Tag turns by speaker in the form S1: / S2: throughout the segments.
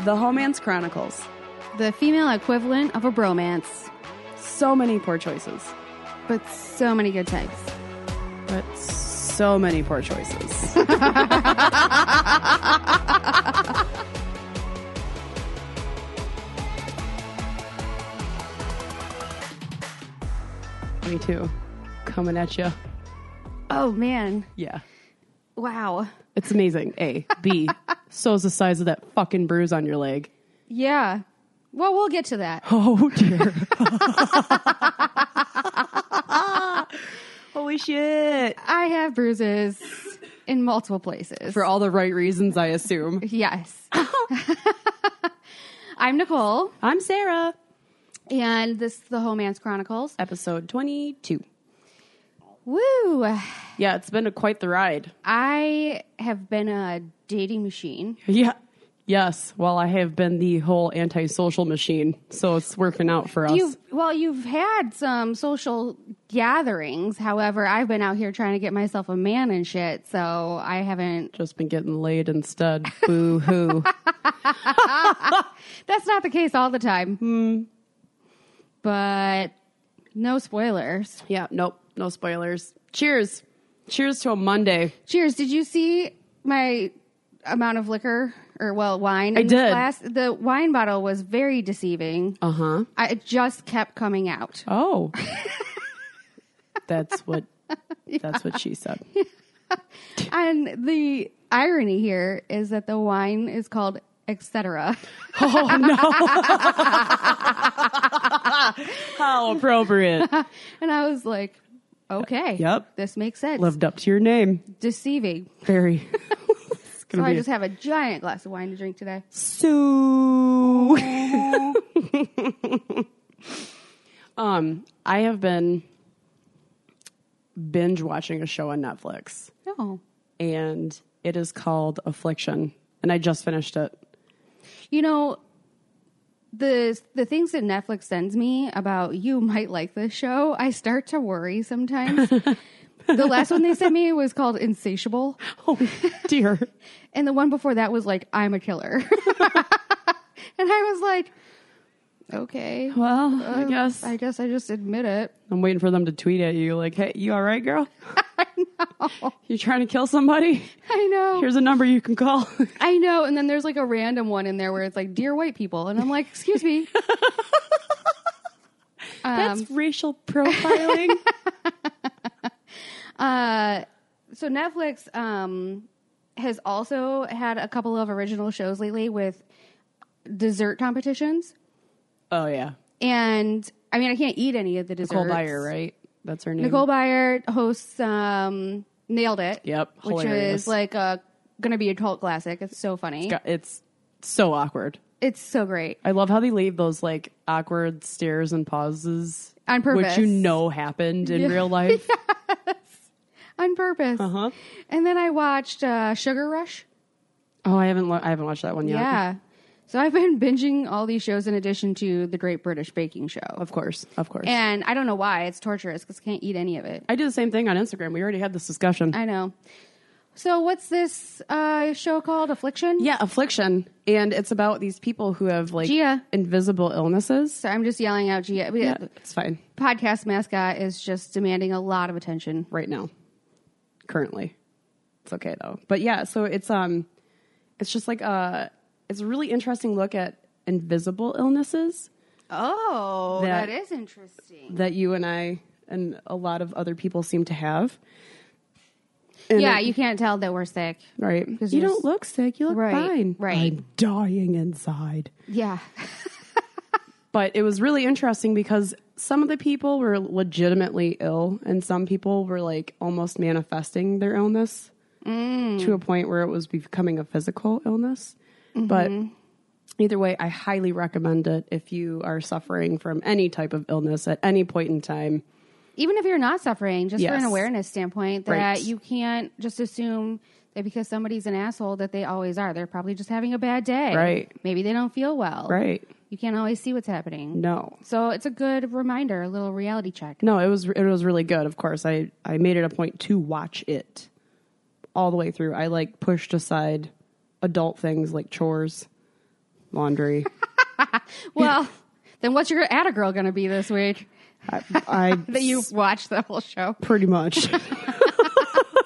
S1: The Homance Chronicles.
S2: The female equivalent of a bromance,
S1: So many poor choices,
S2: but so many good types.
S1: but so many poor choices. Me too. Coming at you.
S2: Oh man,
S1: Yeah.
S2: wow.
S1: It's amazing. A. B. so is the size of that fucking bruise on your leg.
S2: Yeah. Well, we'll get to that.
S1: Oh dear. Holy shit.
S2: I have bruises in multiple places.
S1: For all the right reasons, I assume.
S2: yes. I'm Nicole,
S1: I'm Sarah.
S2: and this is the Homance Chronicles.
S1: Episode 22.
S2: Woo!
S1: Yeah, it's been a, quite the ride.
S2: I have been a dating machine.
S1: Yeah. Yes. Well, I have been the whole antisocial machine, so it's working out for us.
S2: You've well, you've had some social gatherings. However, I've been out here trying to get myself a man and shit, so I haven't.
S1: Just been getting laid instead. Boo hoo.
S2: That's not the case all the time. Hmm. But no spoilers.
S1: yeah. Nope. No spoilers. Cheers. Cheers to a Monday.
S2: Cheers. Did you see my amount of liquor or well wine in
S1: I
S2: this
S1: did.
S2: glass? The wine bottle was very deceiving.
S1: Uh huh.
S2: I it just kept coming out.
S1: Oh. that's what. That's what she said.
S2: And the irony here is that the wine is called etc.
S1: Oh no! How appropriate.
S2: And I was like, okay.
S1: Yep.
S2: This makes sense.
S1: Lived up to your name.
S2: Deceiving.
S1: Very. It's
S2: So
S1: gonna
S2: I
S1: be a-
S2: just have a giant glass of wine to drink today.
S1: So, um, I have been binge watching a show on Netflix,
S2: No.
S1: and it is called Affliction, and I just finished it.
S2: You know, the the things that Netflix sends me about you might like this show, I start to worry sometimes. the last one they sent me was called Insatiable,
S1: Oh dear!
S2: and the one before that was like I'm a killer. and I was like, okay.
S1: Well, Um, I
S2: uh,
S1: guess
S2: I guess I just admit it.
S1: I'm waiting for them to tweet at you like, "Hey, you all right, girl? You trying to kill somebody?
S2: I know.
S1: Here's a number you can call."
S2: I know. And then there's like a random one in there where it's like, "Dear white people," and I'm like, "Excuse me."
S1: That's racial profiling.
S2: Uh, so Netflix um, has also had a couple of original shows lately with dessert competitions,
S1: oh yeah,
S2: and I mean I can't eat any of the desserts.
S1: Nicole Byer, right? That's her name.
S2: Nicole Byer hosts um, Nailed It.
S1: Yep,
S2: which
S1: hilarious.
S2: is like a gonna be a cult classic. It's so funny.
S1: God, it's so awkward.
S2: It's so great.
S1: I love how they leave those like awkward stares and pauses
S2: On purpose.
S1: which you know happened in real life.
S2: On purpose.
S1: Uh-huh.
S2: And then I watched uh, Sugar Rush.
S1: Oh, I haven't lo- I haven't watched that one yet.
S2: Yeah. So I've been binging all these shows in addition to the Great British Baking Show.
S1: Of course, of course.
S2: And I don't know why it's torturous because I can't eat any of it.
S1: I do the same thing on Instagram. We already had this discussion.
S2: I know. So what's this uh, show called? Affliction.
S1: yeah, affliction, and it's about these people who have like
S2: Gia.
S1: invisible illnesses.
S2: So I'm just yelling out Gia.
S1: Yeah,
S2: Yeah.
S1: it's fine
S2: Podcast mascot is just demanding a lot of attention.
S1: right now, currently. It's okay though. But yeah, so it's um, it's just like uh, it's a really interesting look at invisible illnesses.
S2: Oh,
S1: That-
S2: is interesting.
S1: that you and I and a lot of other people seem to have.
S2: yeah, you can't tell that we're sick.
S1: Right. You
S2: you're
S1: don't
S2: s-
S1: look sick. You look
S2: Right,
S1: fine.
S2: right.
S1: I'm dying inside.
S2: Yeah.
S1: But it was really interesting because some of the people were legitimately ill and some people were like almost manifesting their illness to a point where it was becoming a physical illness. But either way, I highly recommend it if you are suffering from any type of illness at any point in time.
S2: Even if you're not suffering, just for an
S1: Yes.
S2: awareness standpoint, that
S1: Right.
S2: you can't just assume that because somebody's an asshole that they always are. They're probably just having a bad day.
S1: Right.
S2: Maybe they don't feel well.
S1: Right.
S2: You can't always see what's happening.
S1: No.
S2: So it's a good reminder, a little reality check.
S1: No, it was it was really good. Of course, I I made it a point to watch it all the way through. I like pushed aside adult things like chores. laundry.
S2: Well, then what's your Atta Girl going to be this week
S1: I, I
S2: that you watched the whole show?
S1: pretty much.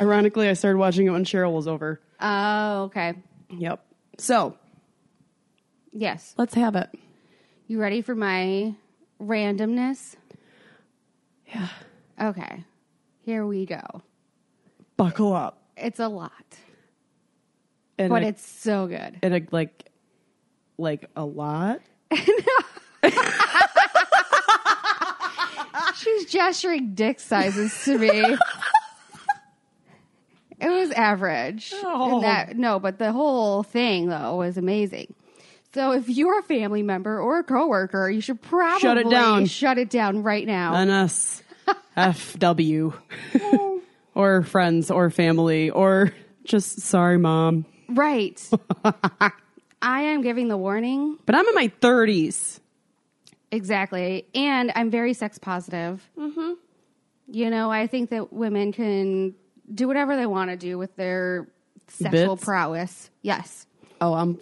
S1: Ironically, I started watching it when Cheryl was over.
S2: Oh, okay.
S1: Yep. So
S2: Yes.
S1: let's have it.
S2: You ready for my randomness? Yeah. Okay. Here we go.
S1: Buckle up.
S2: It's a lot,
S1: And
S2: but
S1: I-
S2: it's so good.
S1: and a, like like a lot.
S2: She's gesturing dick sizes to me. it was average.
S1: Oh.
S2: And that- no, but the whole thing though was amazing. So if you're a family member or a coworker, you should probably
S1: down. Uh.
S2: Shut it down right now.
S1: NS FW
S2: Oh.
S1: or friends or family or just sorry mom.
S2: right. I am giving the warning.
S1: But I'm in my 30s.
S2: Exactly. And I'm very sex positive. Mm-hmm. You know, I think that women can do whatever they want to do with their sexual
S1: Bits?
S2: prowess. Yes.
S1: Oh, I'm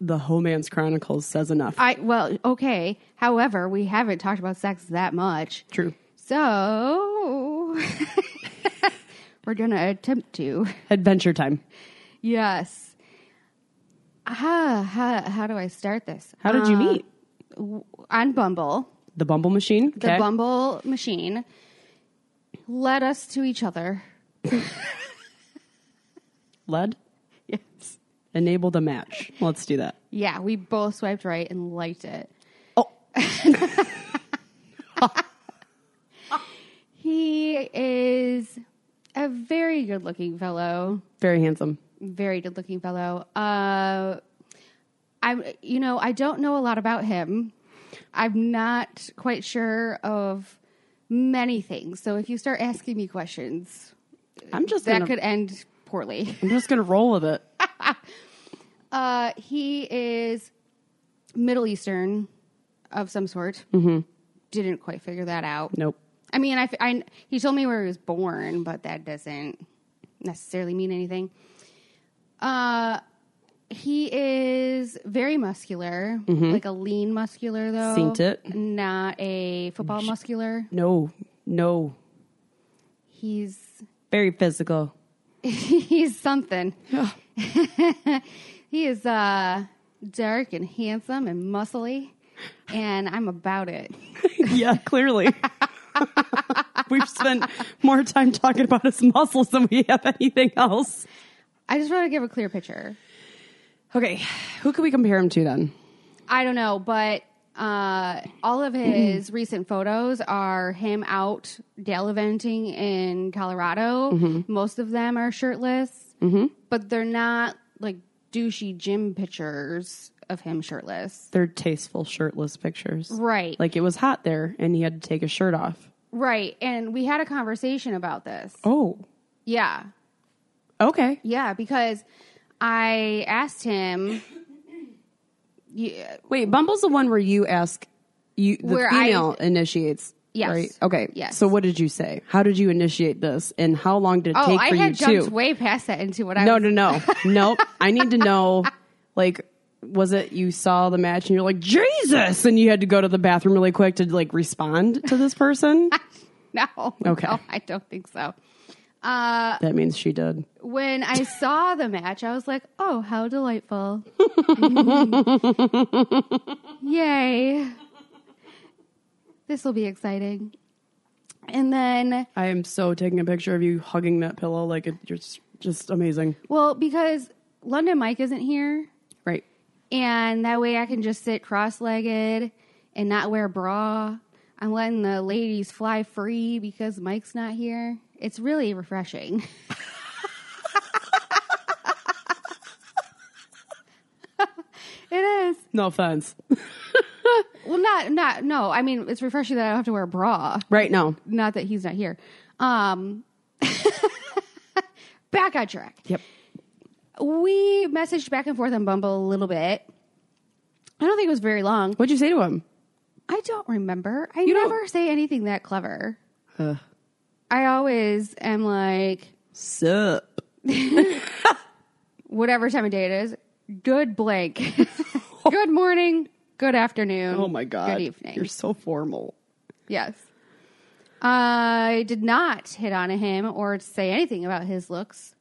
S1: the Homance Chronicles says enough.
S2: I well, okay. However, we haven't talked about sex that much.
S1: True.
S2: So we're going to attempt to.
S1: Adventure time.
S2: Yes. Ah, how, how do I start this?
S1: How did you
S2: Uh,
S1: meet?
S2: W- On Bumble.
S1: The Bumble Machine?
S2: the
S1: Okay.
S2: Bumble machine led us to each other.
S1: Lead?
S2: Yes.
S1: Enable the match. Let's do that.
S2: Yeah, we both swiped right and liked it.
S1: Oh,
S2: He is a very good looking fellow.
S1: very handsome.
S2: Very good looking fellow. Uh I you know, I don't know a lot about him. I'm not quite sure of many things. So if you start asking me questions,
S1: I'm just
S2: that
S1: gonna,
S2: could end poorly.
S1: I'm just gonna roll with it.
S2: Uh, he is Middle Eastern of some sort. Didn't quite figure that out.
S1: Nope.
S2: I mean, I, f- I- he told me where he was born, but that doesn't necessarily mean anything. Uh, he is very muscular, like a lean muscular though.
S1: Seen it.
S2: Not a football muscular.
S1: No. No.
S2: He's
S1: Very physical.
S2: he's something. he is uh, dark and handsome and muscly, and I'm about it.
S1: yeah, clearly. We've spent more time talking about his muscles than we have anything else.
S2: I just want to give a clear picture.
S1: Okay, who could we compare him to then?
S2: I don't know, but uh, all of his recent photos are him out gallivanting in Colorado. Most of them are shirtless, but they're not like douchey gym pictures of him shirtless.
S1: They're tasteful shirtless pictures.
S2: Right.
S1: Like it was hot there and he had to take his shirt off.
S2: Right. And we had a conversation about this.
S1: Oh,
S2: Yeah.
S1: okay.
S2: Yeah, because I asked him yeah,
S1: Wait, Bumble's the one where you ask, you the
S2: Where I-
S1: female initiates.
S2: Yes.
S1: Right? Okay.
S2: Yes.
S1: So what did you say? How did you initiate this? And how long did it
S2: Oh,
S1: take
S2: I
S1: for
S2: had
S1: you
S2: jumped
S1: to?
S2: way past that into what I
S1: No,
S2: was
S1: no, no. nope. I need to know, like, was it you saw the match and you're like, Jesus? And you had to go to the bathroom really quick to, like, respond to this person?
S2: no.
S1: Okay.
S2: No, I don't think so.
S1: that means she did.
S2: When I saw the match, I was like, "Oh, how delightful." Yay. This will be exciting. And then
S1: I am so taking a picture of you hugging that pillow. Like, it, you're just, just amazing.
S2: well, because London Mike isn't here,
S1: Right.
S2: and that way I can just sit cross-legged and not wear a bra. I'm letting the ladies fly free because Mike's not here. It's really refreshing. it is.
S1: No offense.
S2: Well, not not no. I mean, it's refreshing that I don't have to wear a bra.
S1: Right now.
S2: Not that he's not here. Um, back on track.
S1: Yep.
S2: We messaged back and forth on Bumble a little bit. I don't think it was very long.
S1: What'd you say to him?
S2: I don't remember. I
S1: don't-
S2: never say anything that clever.
S1: Uh,
S2: I always am like,
S1: sup.
S2: whatever time of day it is, good blank. good morning. Good afternoon.
S1: Oh my god.
S2: Good evening.
S1: You're so formal.
S2: Yes. I did not hit on him or say anything about his looks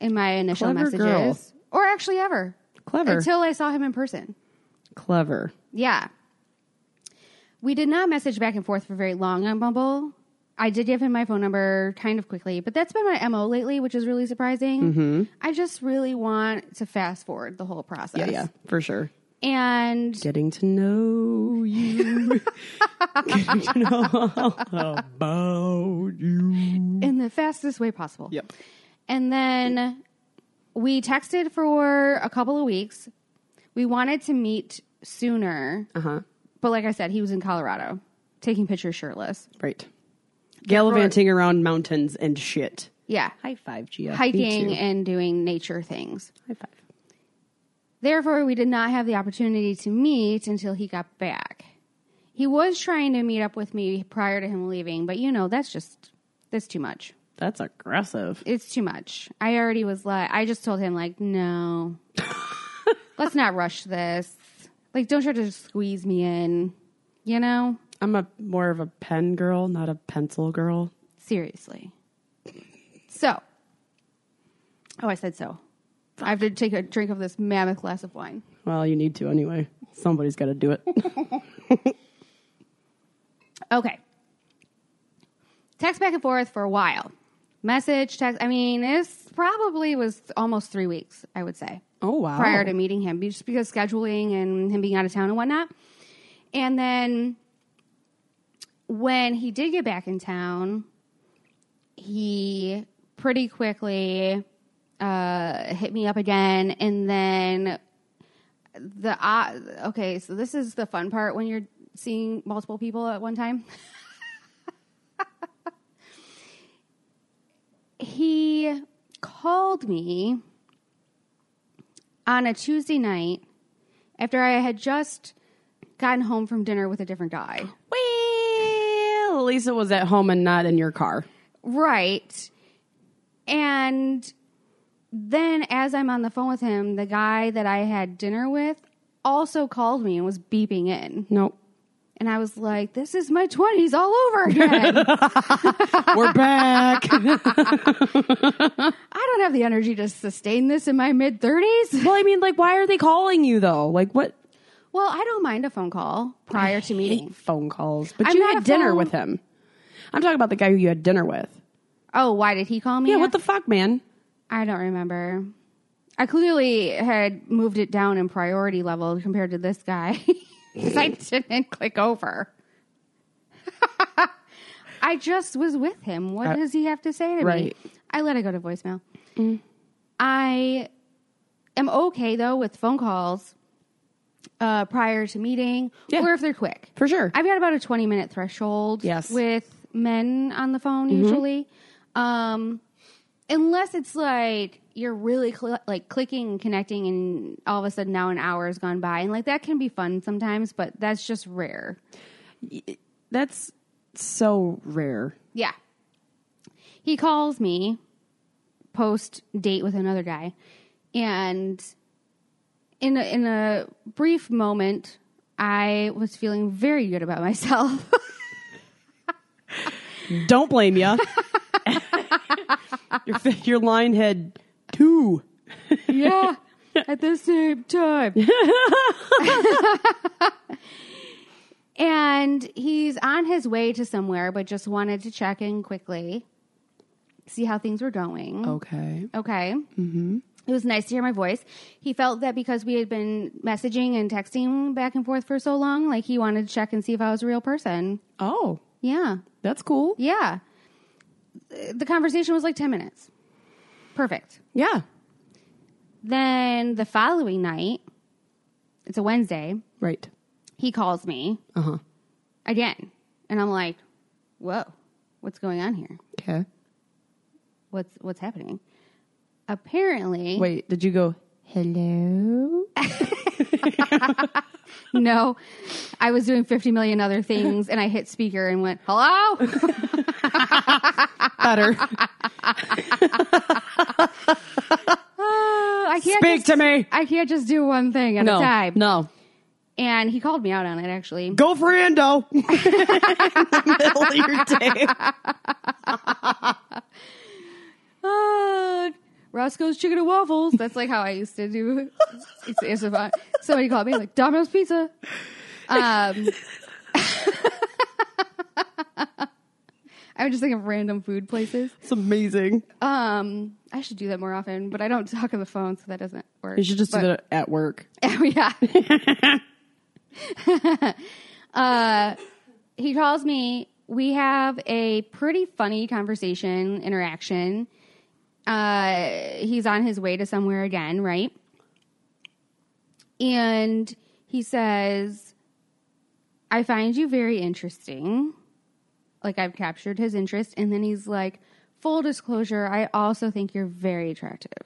S2: in my initial
S1: Hmm. Clever
S2: messages
S1: girl.
S2: or actually ever
S1: Clever.
S2: until I saw him in person.
S1: Clever.
S2: Yeah. We did not message back and forth for very long on Bumble. I did give him my phone number kind of quickly, but that's been my MO lately, which is really surprising.
S1: Mm-hmm.
S2: I just really want to fast forward the whole process.
S1: Yeah, yeah, for sure.
S2: And
S1: Getting to know you. Getting to know all about you.
S2: in the fastest way possible.
S1: Yep.
S2: And then we texted for a couple of weeks. We wanted to meet sooner,
S1: Uh huh.
S2: but like I said, he was in Colorado taking pictures shirtless.
S1: Right. Gallivanting around mountains and shit.
S2: Yeah.
S1: High five, Gia. Me
S2: Hiking
S1: too.
S2: and doing nature things.
S1: High five.
S2: Therefore, we did not have the opportunity to meet until he got back. He was trying to meet up with me prior to him leaving, but you know, that's just that's too much.
S1: That's aggressive.
S2: It's too much. I already was like I just told him like, "No. Let's not rush this. Like don't try to just squeeze me in." You know?
S1: I'm a more of a pen girl, not a pencil girl.
S2: Seriously. So. Oh, I said so. I have to take a drink of this mammoth glass of wine.
S1: Well, you need to anyway. Somebody's got to do it.
S2: Okay. Text back and forth for a while. Message, text. I mean, this probably was almost three weeks, I would say,
S1: oh wow.
S2: prior to meeting him, just because scheduling and him being out of town and whatnot. And then when he did get back in town, he pretty quickly uh, hit me up again. And then the, uh, okay, so this is the fun part when you're seeing multiple people at one time. he called me on a Tuesday night after I had just gotten home from dinner with a different guy.
S1: Well, Lisa was at home and not in your car.
S2: Right. And then as I'm on the phone with him, the guy that I had dinner with also called me and was beeping in.
S1: Nope.
S2: And I was like, this is my 20s all over again.
S1: We're back. well,
S2: I don't have the energy to sustain this in my mid 30s.
S1: I mean, like, why are they calling you though? Like, what
S2: Well, I don't mind a phone call prior to meeting.
S1: phone calls? But
S2: I'm
S1: you
S2: not
S1: had
S2: a
S1: dinner
S2: phone-
S1: with him. I'm talking about the guy who you had dinner with.
S2: Oh, why did he call me?
S1: Yeah. What the fuck, man?
S2: I don't remember. I clearly had moved it down in priority level compared to this guy. 'Cause I didn't click over. I just was with him. What
S1: Uh,
S2: does he have to say to
S1: right. Mm.
S2: me? I let it go to voicemail. I am okay though with phone calls uh, prior to meeting
S1: Yeah.
S2: or if they're quick.
S1: For sure.
S2: I've got about a 20 minute threshold
S1: Yes.
S2: with men on the phone usually. Um, unless it's like you're really cl- like clicking and connecting and all of a sudden now an hour has gone by and like that can be fun sometimes, but that's just rare.
S1: That's so rare.
S2: Yeah. He calls me post date with another guy and in a, in a brief moment I was feeling very good about myself.
S1: Don't blame ya. your, your line had two.
S2: yeah, at the same time. and he's on his way to somewhere, but just wanted to check in quickly, see how things were going.
S1: Okay.
S2: Okay. Oh. Mm-hmm. It was nice to hear my voice. He felt that because we had been messaging and texting back and forth for so long, like he wanted to check and see if I was a real person.
S1: Oh,
S2: Yeah.
S1: that's cool.
S2: Yeah. The conversation was like 10 minutes. Perfect.
S1: Yeah.
S2: Then the following night, it's a Wednesday,
S1: Right.
S2: he calls me
S1: Uh huh.
S2: again. And I'm like, whoa, what's going on here?
S1: Okay.
S2: What's what's happening? Apparently
S1: Wait, did you go? Hello.
S2: no. I was doing fifty million other things and I hit speaker and went, Hello?
S1: Better.
S2: Ah, I I can't
S1: Speak
S2: just-
S1: to me.
S2: I can't just do one thing at
S3: no,
S2: a time.
S3: no.
S2: And he called me out on it actually.
S1: Go for Ando. In the middle of your day.
S2: Ah, Roscoe's chicken and waffles. That's like how I used to do. It's, it's about, somebody called me like Domino's Pizza. Um, I would just think of random food places.
S1: It's amazing.
S2: Um, I should do that more often, but I don't talk on the phone, so that doesn't work.
S1: You should just
S2: But-
S1: do it at work.
S2: Oh yeah. uh, he calls me. We have a pretty funny conversation interaction. Uh, he's on his way to somewhere again, right? And he says, "I find you very interesting." Like I've captured his interest, and then he's like, "Full disclosure, I also think you're very attractive."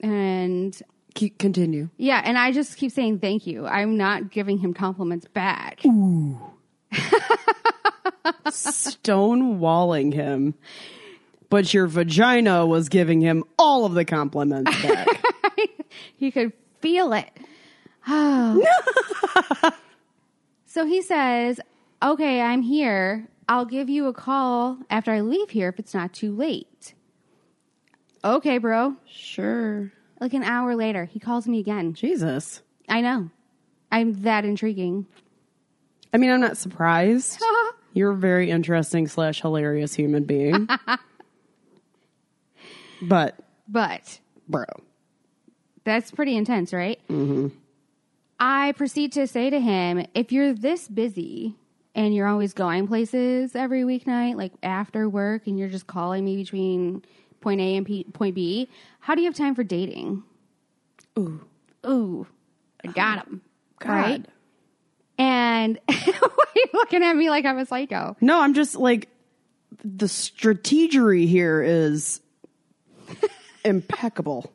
S2: And
S1: Keep, continue.
S2: yeah, and I just keep saying thank you. I'm not giving him compliments back.
S1: Stonewalling him. But your vagina was giving him all of the compliments back.
S2: He could feel it. so he says, Okay, I'm here. I'll give you a call after I leave here if it's not too late. Okay, bro.
S1: sure.
S2: Like an hour later, he calls me again.
S1: Jesus.
S2: I know. I'm that intriguing.
S1: I mean, I'm not surprised. You're a very interesting slash hilarious human being. but,
S2: but
S1: bro,
S2: That's pretty intense, right? Mm-hmm. I proceed to say to him, if you're this busy and you're always going places every weeknight, like after work, and you're just calling me between point A and P- point B, how do you have time for dating? Ooh. Oh, Ooh. I got him. Right? And why are you looking at me like I'm a psycho?
S1: no, I'm just like, the strategery here is impeccable.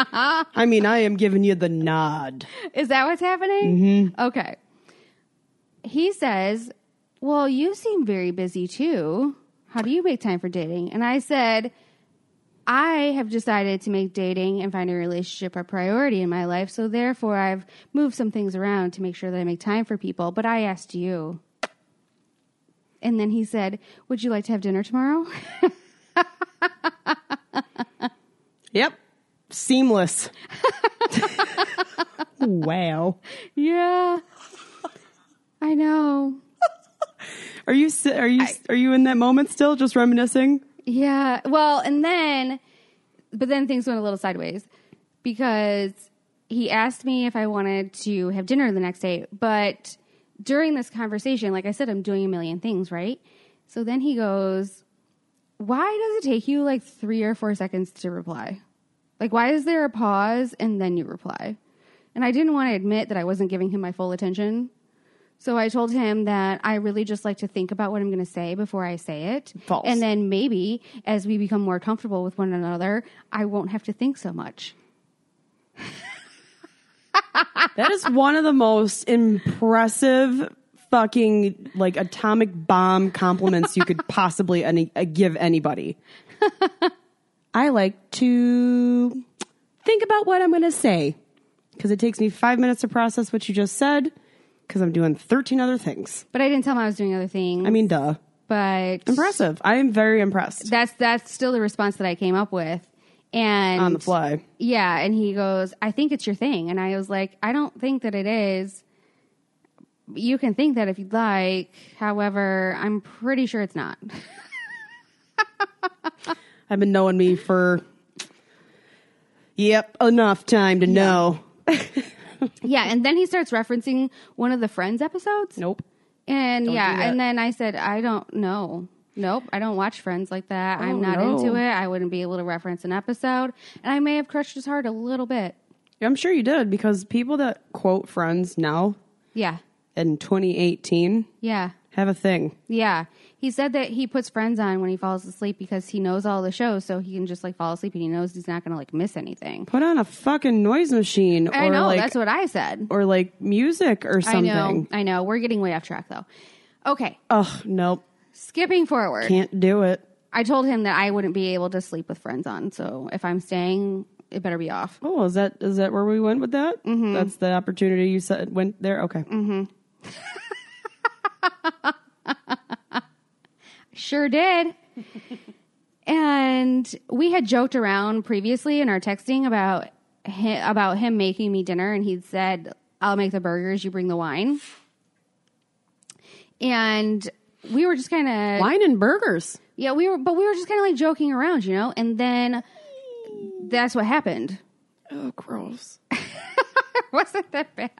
S1: I mean, I am giving you the nod.
S2: Is that what's happening? Okay. He says, Well, you seem very busy too. How do you make time for dating? And I said, I have decided to make dating and finding a relationship a priority in my life. So therefore, I've moved some things around to make sure that I make time for people. But I asked you. And then he said, Would you like to have dinner tomorrow?
S1: Yep. Seamless. wow.
S2: yeah. I know.
S1: Are you si- are you are you in that moment still just reminiscing?
S2: Yeah. Well, and then, but then things went a little sideways because he asked me if I wanted to have dinner the next day. But during this conversation, like I said, I'm doing a million things, right? So then he goes, Why does it take you like three or four seconds to reply? Like, why is there a pause and then you reply? And I didn't want to admit that I wasn't giving him my full attention. So I told him that I really just like to think about what I'm going to say before I say it.
S1: False.
S2: And then maybe as we become more comfortable with one another, I won't have to think so much.
S1: That is one of the most impressive fucking like atomic bomb compliments you could possibly any uh, give anybody. I like to think about what I'm going to say because it takes me 5 minutes to process what you just said because I'm doing 13 other things.
S2: But I didn't tell him I was doing other things.
S1: I mean, duh.
S2: but
S1: Impressive. I am very impressed.
S2: that's that's still the response that I came up with. And
S1: On the fly.
S2: Yeah, and he goes, "I think it's your thing." And I was like, "I don't think that it is. You can think that if you'd like. However, I'm pretty sure it's not."
S1: I've been knowing me for yep, enough time to know.
S2: yeah, and then he starts referencing one of the Friends episodes.
S1: Nope.
S2: And
S1: do
S2: yeah,
S1: that.
S2: and then I said, I don't know. Nope, I don't watch Friends like that. I'm not
S1: Oh, no.
S2: into it. I wouldn't be able to reference an episode. And I may have crushed his heart a little bit.
S1: I'm sure you did because people that quote friends now
S2: Yeah,
S1: in 2018
S2: yeah,
S1: have a thing.
S2: yeah. He said that he puts Friends on when he falls asleep because he knows all the shows, so he can just like fall asleep and he knows he's not going to like miss anything.
S1: Put on a fucking noise machine
S2: I
S1: or
S2: know.
S1: like
S2: that's what I said.
S1: or like music or
S2: I
S1: something.
S2: know. I know. We're getting way off track though. Okay,
S1: Ugh, nope.
S2: skipping forward.
S1: Can't do it.
S2: I told him that I wouldn't be able to sleep with friends on. So if I'm staying it better be off.
S1: Oh, is that is that where we went with that?
S2: Mm-hmm.
S1: That's the opportunity you said went there. Okay,
S2: Sure did. and we had joked around previously in our texting about him, about him making me dinner, and he'd said, "I'll make the burgers, you bring the wine." And we were just kind of
S1: wine and burgers.
S2: yeah, we were, but we were just kind of like joking around, you know. And then that's what happened.
S1: Oh, gross!
S2: It wasn't that bad.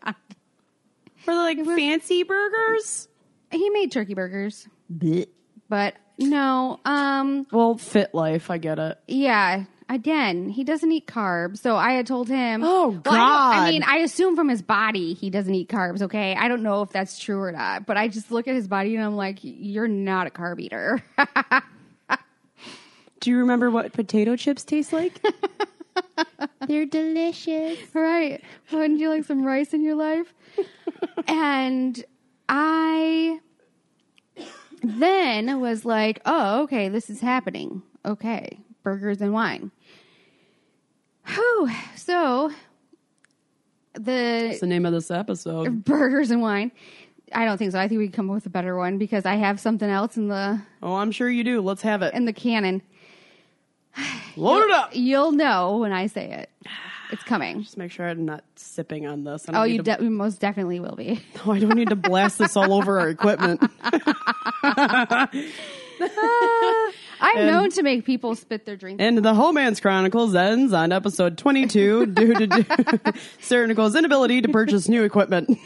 S1: For like fancy burgers.
S2: He made turkey burgers, but no, um,
S1: Well, fit life. I get it.
S2: Yeah. Again, he doesn't eat carbs. So I had told him.
S1: Oh,
S2: Well, I, don't-
S1: God.
S2: I mean, I assume from his body he doesn't eat carbs, okay? I don't know if that's true or not, but I just look at his body and I'm like, you're not a carb eater.
S1: Do you remember what potato chips taste like? They're delicious.
S2: right. Wouldn't you like some rice in your life? and I then was like, oh, okay, this is happening. Okay, burgers and wine. Whew. So the
S1: That's the name of this episode.
S2: burgers and wine. I don't think so. I think we can come up with a better one because I have something else in the
S1: Oh, I'm sure you do. Let's have it.
S2: in the canon.
S1: Load it up.
S2: You'll know when I say it. It's coming.
S1: Just make sure I'm not sipping on this. I don't
S2: Oh,
S1: need
S2: you
S1: to,
S2: de- most definitely will be.
S1: No, I don't need to blast this all over our equipment.
S2: I'm known to make people spit their drink.
S1: And the Homan's Chronicles ends on episode 22 due to Sarah Nicole's inability to purchase new equipment.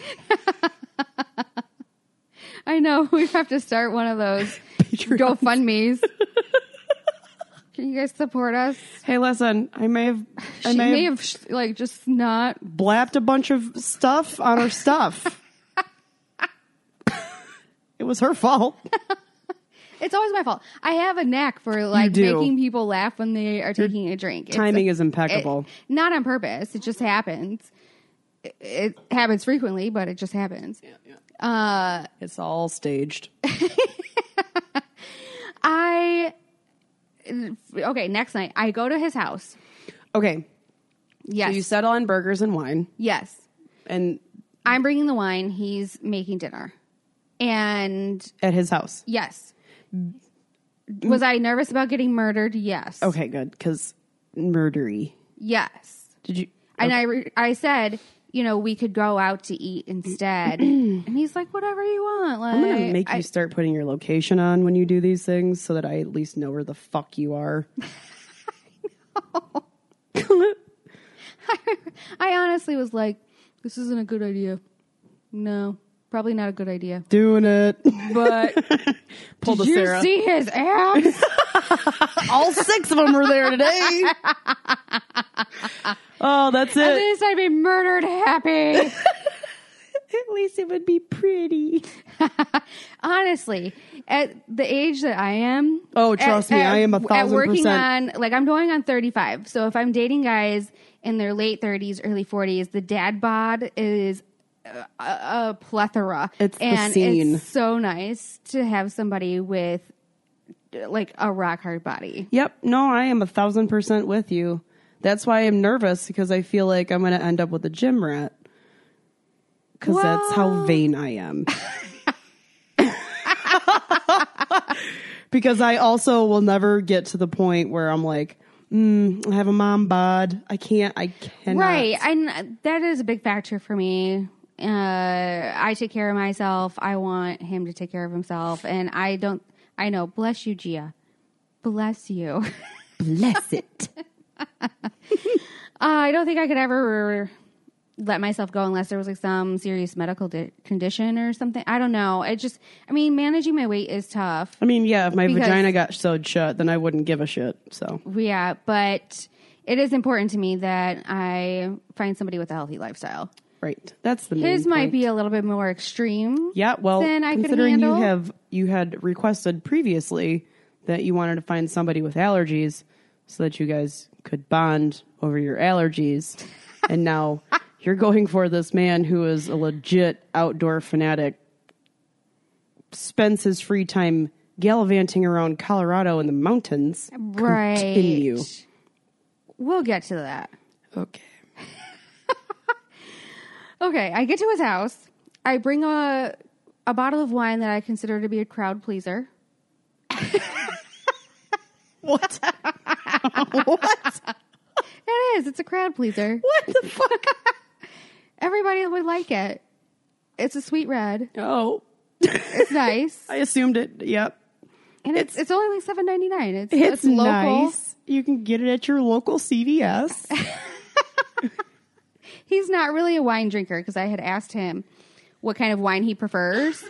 S2: I know we have to start one of those GoFundmes. Can you guys support us?
S1: Hey, listen, I may have, I
S2: she
S1: may,
S2: may
S1: have,
S2: have sh- like just not.
S1: blapped a bunch of stuff on her stuff. it was her fault.
S2: It's always my fault. I have a knack for like
S1: do.
S2: making people laugh when they are taking a drink. It's-
S1: Timing is impeccable.
S2: It- Eh, not on purpose. It just happens. It, it happens frequently, but it uh, just happens.
S1: It's all staged.
S2: I okay. Next night, I go to his house.
S1: Okay,
S2: Yes,
S1: so you settle on burgers and wine,
S2: yes.
S1: and
S2: I'm bringing the wine. He's making dinner, and
S1: at his house.
S2: yes.
S1: Mm.
S2: Was I nervous about getting murdered? Yes.
S1: Okay, good, because murdery.
S2: Yes.
S1: Did you?
S2: And I re- I said, you know, we could go out to eat instead. and he's like, whatever you want. Like,
S1: I'm gonna make
S2: I-
S1: you start putting your location on when you do these things, so that I at least know where the fuck you are.
S2: I honestly was like, this isn't a good idea. No, probably not a good idea.
S1: Doing it.
S2: But
S1: Pull the
S2: did you
S1: Sarah.
S2: see his abs?
S1: All six of them were there today. oh, that's
S2: At
S1: it.
S2: least I'd be murdered happy.
S1: At least it would be pretty.
S2: honestly, at the age that I am,
S1: Oh, trust
S2: at-
S1: me,
S2: at-
S1: I am a
S2: At
S1: thousand
S2: working
S1: percent.
S2: on, like, I'm going on 35. So if I'm dating guys in their late 30s, early 40s, the dad bod is a, a plethora.
S1: It's the
S2: and
S1: scene.
S2: It's so nice to have somebody with like a rock hard body.
S1: Yep. No, I am a thousand percent with you. That's why I'm nervous because I feel like I'm going to end up with a gym rat. Because that's how vain I am. because I also will never get to the point where I'm like, mm, I have a mom bod. I can't. I cannot.
S2: right and uh, that is a big factor for me uh i take care of myself i want him to take care of himself and i don't i know bless you gia bless you uh,
S1: Bless it.
S2: Uh, i don't think i could ever let myself go unless there was like some serious medical di- condition or something i don't know it just i mean managing my weight is tough
S1: I mean, yeah, if my
S2: Because-
S1: vagina got sewed shut, then I wouldn't give a shit. So
S2: yeah but it is important to me that i find somebody with a healthy lifestyle
S1: right, that's the main
S2: his might
S1: point.
S2: be a little bit more extreme
S1: Yeah, well,
S2: than I could
S1: considering you
S2: handle.
S1: have you had requested previously that you wanted to find somebody with allergies so that you guys could bond over your allergies, and now you're going for this man who is a legit outdoor fanatic, spends his free time gallivanting around Colorado in the mountains.
S2: right
S1: Continue.
S2: We'll get to that.
S1: Okay.
S2: Okay, I get to his house. I bring a a bottle of wine that I consider to be a crowd pleaser.
S1: What?
S2: It is. It's a crowd pleaser.
S1: what the fuck?
S2: Everybody would like it. It's a sweet red.
S1: Oh,
S2: It's nice.
S1: I assumed it. Yep.
S2: And it's it's only like seven ninety nine. It's
S1: It's,
S2: it's local.
S1: nice. You can get it at your local CVS.
S2: He's not really a wine drinker because I had asked him what kind of wine he prefers,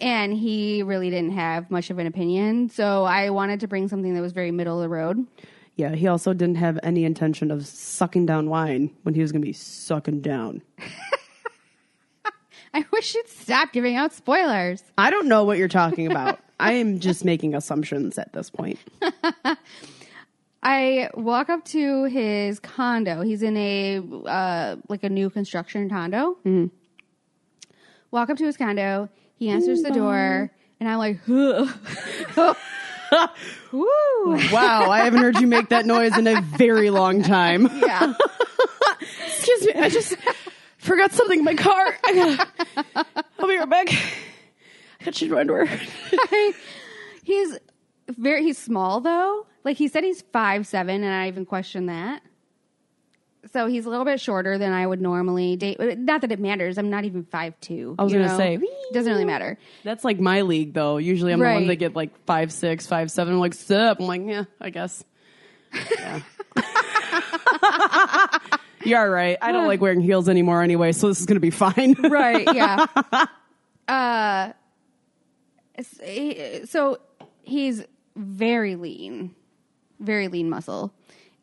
S2: and he really didn't have much of an opinion. So I wanted to bring something that was very middle of the road.
S1: yeah, he also didn't have any intention of sucking down wine when he was going to be sucking down.
S2: I wish you'd stop giving out spoilers.
S1: I don't know what you're talking about. I am just making assumptions at this point.
S2: I walk up to his condo. He's in a uh, like a new construction condo.
S1: Mm-hmm.
S2: Walk up to his condo. He answers the door, and I'm like, "Woo!"
S1: Wow, I haven't heard you make that noise in a very long time.
S2: Yeah.
S1: Excuse me, I just forgot something in my car. I gotta, I'll be right back. I got your underwear.
S2: he's very he's small though. Like he said, he's five seven, and I even question that. So he's a little bit shorter than I would normally date. Not that it matters. I'm not even five two.
S1: I was gonna say,
S2: doesn't really matter.
S1: That's like my league, though. Usually, I'm the one
S2: Right.
S1: that get like five, six, five, seven. I'm like, sup? I'm like, yeah, I guess. Yeah. You're all right. I don't like wearing heels anymore, anyway. So this is gonna be fine.
S2: right yeah uh s- he- so he's very lean very lean muscle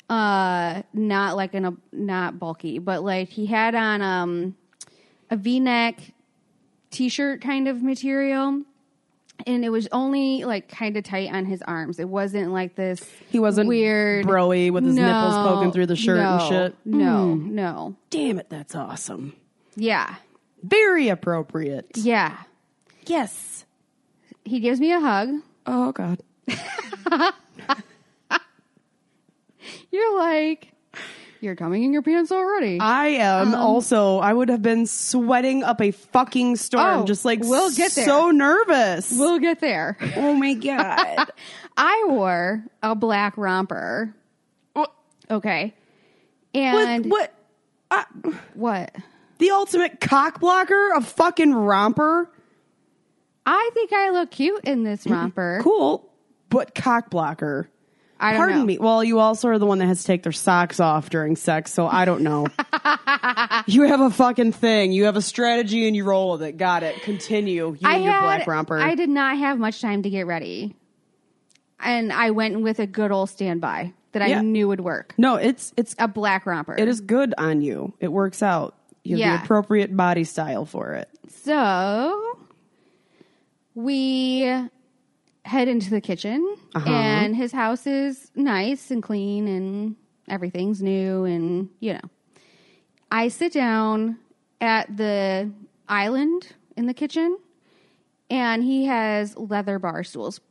S2: uh not like an a not bulky but like he had on um a v-neck t-shirt kind of material and it was only like kind of tight on his arms it wasn't like this
S1: He wasn't
S2: weird
S1: broy with his nipples
S2: No,
S1: poking through the shirt and
S2: no,
S1: shit. Hmm.
S2: no no
S1: Damn it, that's awesome.
S2: yeah
S1: Very appropriate.
S2: yeah
S1: Yes.
S2: he gives me a hug
S1: Oh God.
S2: You're like, you're coming in your pants already.
S1: I
S2: Um,
S1: am also. I would have been sweating up a fucking storm,
S2: Oh,
S1: just like
S2: we'll get there.
S1: so nervous.
S2: we'll get there.
S1: oh my god.
S2: I wore a black romper.
S1: What-
S2: Okay.
S1: what?
S2: And what?
S1: what I- the ultimate cock blocker? A fucking romper?
S2: I think I look cute in this romper.
S1: Cool, but cock blocker.
S2: I don't
S1: Pardon
S2: know.
S1: me. Well, you also are the one that has to take their socks off during sex, so I don't know. you have a fucking thing. You have a strategy and you roll with it. Got it. Continue. You
S2: I
S1: and your
S2: had,
S1: black romper.
S2: I did not have much time to get ready. And I went with a good old standby that I
S1: Yeah.
S2: knew would work.
S1: no, it's it's
S2: A black romper.
S1: it is good on you. It works out. You have
S2: Yeah.
S1: the appropriate body style for it.
S2: So we head into the kitchen,
S1: Uh-huh.
S2: and his house is nice and clean, and everything's new, and you know. I sit down at the island in the kitchen, and he has leather bar stools.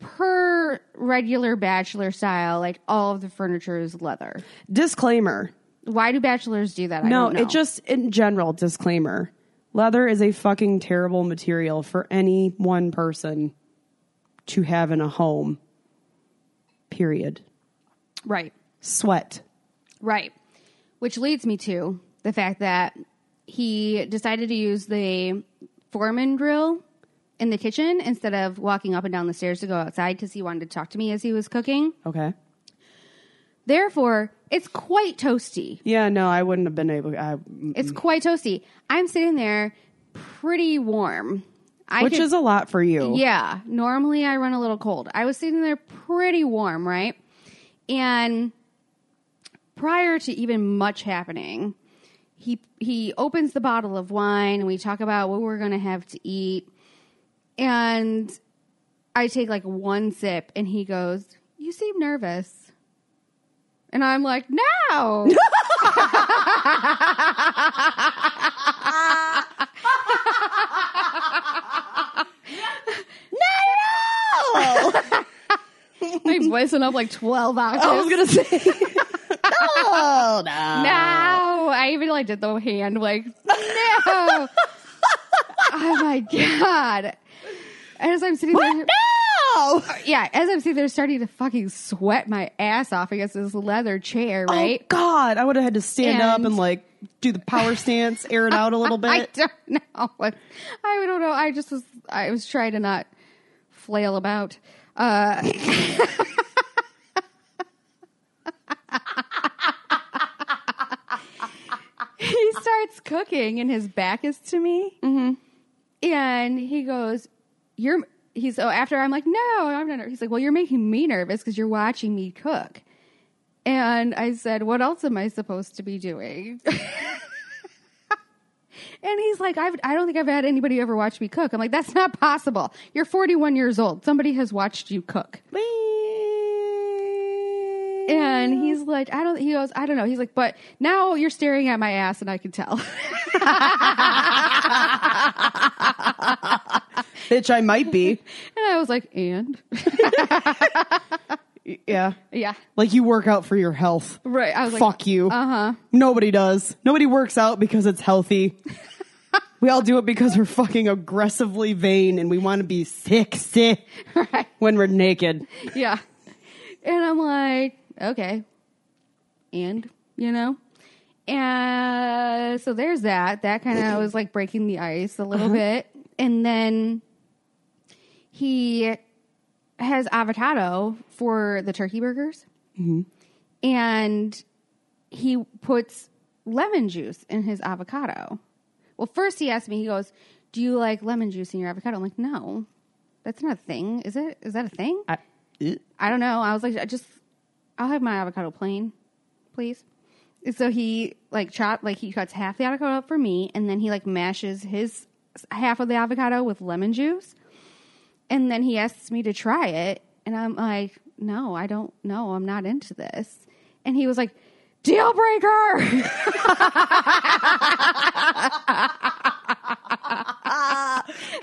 S2: Per regular bachelor style, like all of the furniture is leather.
S1: Disclaimer.
S2: Why do bachelors do that? I
S1: No,
S2: don't know.
S1: it just in general disclaimer. Leather is a fucking terrible material for any one person to have in a home. Period.
S2: right.
S1: Sweat.
S2: Right. Which leads me to the fact that he decided to use the foreman drill in the kitchen instead of walking up and down the stairs to go outside because he wanted to talk to me as he was cooking.
S1: Okay.
S2: Therefore, it's quite toasty.
S1: Yeah, no, I wouldn't have been able. I,
S2: It's quite toasty. I'm sitting there pretty warm. I
S1: which
S2: could-
S1: is a lot for you.
S2: Yeah. Normally I run a little cold. I was sitting there pretty warm, right? And prior to even much happening, he he opens the bottle of wine and we talk about what we're gonna have to eat. And I take like one sip and he goes, You seem nervous. And I'm like, No.
S1: Oh,
S2: I'm voicing up like 12 octaves.
S1: I was gonna say.
S3: Oh, no.
S2: No, I even like did the hand like no. oh my god! And as I'm sitting there,
S3: No!
S1: Oh,
S2: yeah, as I'm sitting there, starting to fucking sweat my ass off against this leather chair, right?
S1: Oh God, I would have had to stand up
S2: And-
S1: and like do the power stance, air it out a little
S2: I
S1: bit.
S2: don't know. what- I don't know. I just was. I was trying to not flail about. Uh, he starts cooking, and his back is to me. Mm-hmm. And he goes, "You're." He's so after I'm like, "No, I'm not." nervous." He's like, "Well, you're making me nervous because you're watching me cook." And I said, "What else am I supposed to be doing?" And he's like, I've, I don't think I've had anybody ever watch me cook. I'm like, that's not possible. You're 41 years old. Somebody has watched you cook. And he's like, I don't, he goes, I don't know. He's like, but now you're staring at my ass and I can tell.
S1: Bitch, I might be.
S2: and I was like, and?
S1: Yeah.
S2: Yeah.
S1: Like you work out for your health.
S2: Right. I was like,
S1: Fuck you.
S2: Uh huh.
S1: Nobody does. Nobody works out because it's healthy. we all do it because we're fucking aggressively vain and we want to be sick, sick
S2: Right.
S1: when we're naked.
S2: yeah. And I'm like, okay. And, you know? And so there's that. That kind of was like breaking the ice a little bit. And then he has avocado for the turkey burgers. And he puts lemon juice in his avocado. Well, first he asked me, he goes, Do you like lemon juice in your avocado? I'm like, No, that's not a thing. Is it? Is that a thing?
S1: I, Ew.
S2: I don't know. I was like, I just, I'll have my avocado plain, please. And so he like chop, like he cuts half the avocado up for me, and then he like mashes his half of the avocado with lemon juice, and then he asks me to try it, and I'm like, no, I don't know, I'm not into this. And he was like, deal breaker.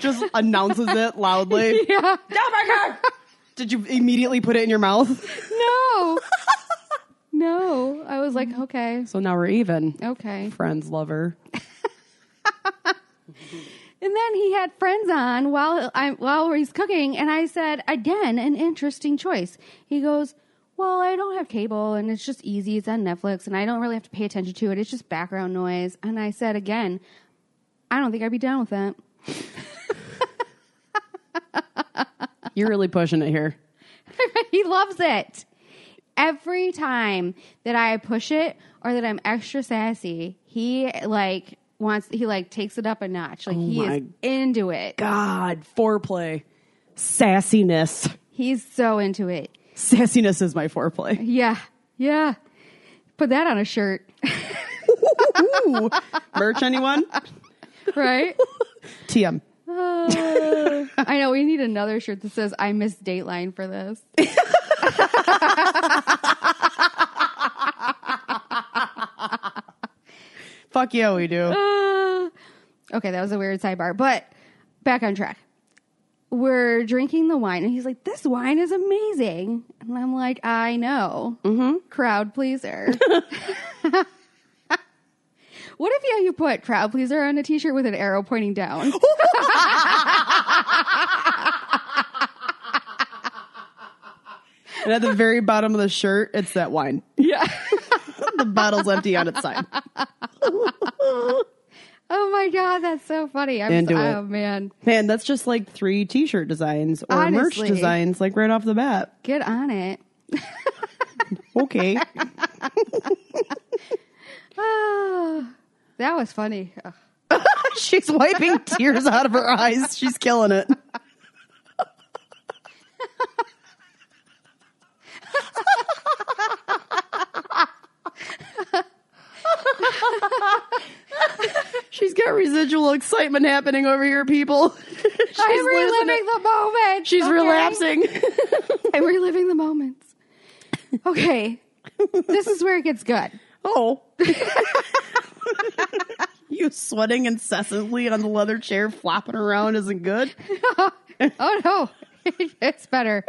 S1: just announces it loudly.
S2: yeah.
S1: Did you immediately put it in your mouth?
S2: No. no. I was like, okay,
S1: So now we're even.
S2: okay.
S1: Friends, lover.
S2: And then he had friends on while I while he's cooking, and I said, "Again, an interesting choice." He goes, "Well, I don't have cable, and it's just easy. It's on Netflix, and I don't really have to pay attention to it. It's just background noise." And I said, "Again, I don't think I'd be down with that."
S1: You're really pushing it here.
S2: he loves it. Every time that I push it or that I'm extra sassy, he like wants he like takes it up a notch. Like he
S1: my
S2: is into it.
S1: God, foreplay. Sassiness.
S2: He's so into it.
S1: Sassiness is my foreplay.
S2: Yeah. Yeah. Put that on a shirt,
S1: Ooh. Merch, anyone?
S2: right?
S1: TM.
S2: Uh, I know we need another shirt that says I miss Dateline for this.
S1: Fuck yeah, we do.
S2: Uh, okay, that was a weird sidebar, but back on track. We're drinking the wine, and he's like, "This wine is amazing," and I'm like, "I know, mm-hmm. crowd pleaser." what if you, you put crowd pleaser on a T-shirt with an arrow pointing down?
S1: And at the very bottom of the shirt, it's that wine.
S2: yeah.
S1: the bottle's empty on its side.
S2: oh my god, that's so funny. I'm
S1: Into
S2: so,
S1: it.
S2: Oh man,
S1: Man, that's just like three t shirt designs or
S2: Honestly.
S1: merch designs, like right off the bat.
S2: get on it.
S1: Okay.
S2: Ah, that was funny. Ugh.
S1: She's wiping tears out of her eyes. She's killing it. She's got residual excitement happening over here, people. She's
S2: I'm reliving
S1: losing it.
S2: the moment.
S1: She's
S2: okay?
S1: relapsing.
S2: I'm reliving the moments. Okay. this is where it gets good.
S1: Oh. you sweating incessantly on the leather chair, flopping around isn't good.
S2: Oh no. it's better.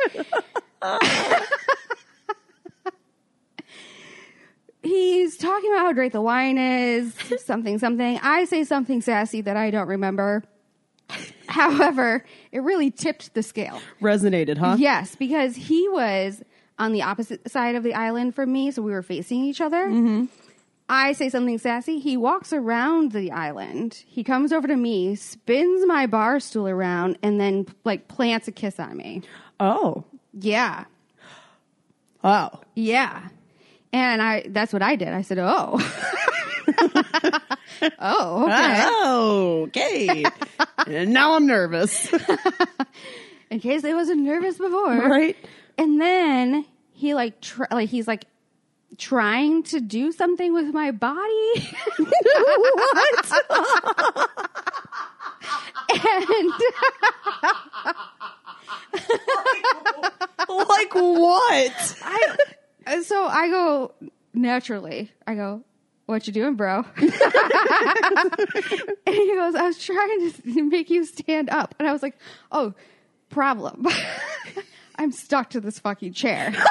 S2: talking about how great the wine is, something, something. I say something sassy that I don't remember. However, it really tipped the scale.
S1: Resonated, huh?
S2: Yes, because he was on the opposite side of the island from me, so we were facing each other.
S1: Mm-hmm.
S2: I say something sassy. He walks around the island. He comes over to me, spins my bar stool around, and then like plants a kiss on me.
S1: Oh.
S2: Yeah,
S1: Oh.
S2: yeah. And I that's what I did. I said, "Oh." oh, okay.
S1: Oh, okay. and now I'm nervous.
S2: In case I wasn't nervous before.
S1: right?
S2: And then he like tr- like he's like trying to do something with my body. and
S1: like what?
S2: I and so I go naturally. I go, "What you doing, bro?" and he goes, "I was trying to make you stand up." And I was like, "Oh, problem. I'm stuck to this fucking chair."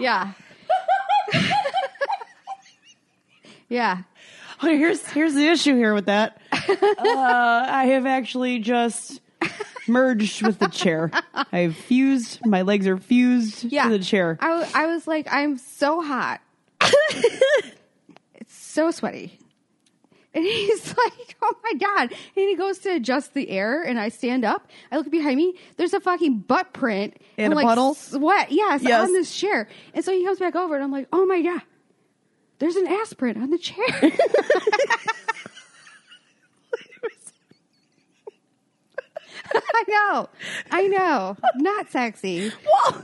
S2: yeah. yeah.
S1: Well, here's here's the issue here with that. Uh, I have actually just merged with the chair. I've fused. My legs are fused
S2: yeah.
S1: to the chair.
S2: I, w- I was like, I'm so hot. it's so sweaty. And he's like, oh my God. And he goes to adjust the air, and I stand up. I look behind me. There's a fucking butt print
S1: In
S2: and
S1: a
S2: like
S1: puddle?
S2: sweat. Yes,
S1: Yes.
S2: on this chair. And so he comes back over, and I'm like, oh my God, there's an ass print on the chair. I know. I know. Not sexy. and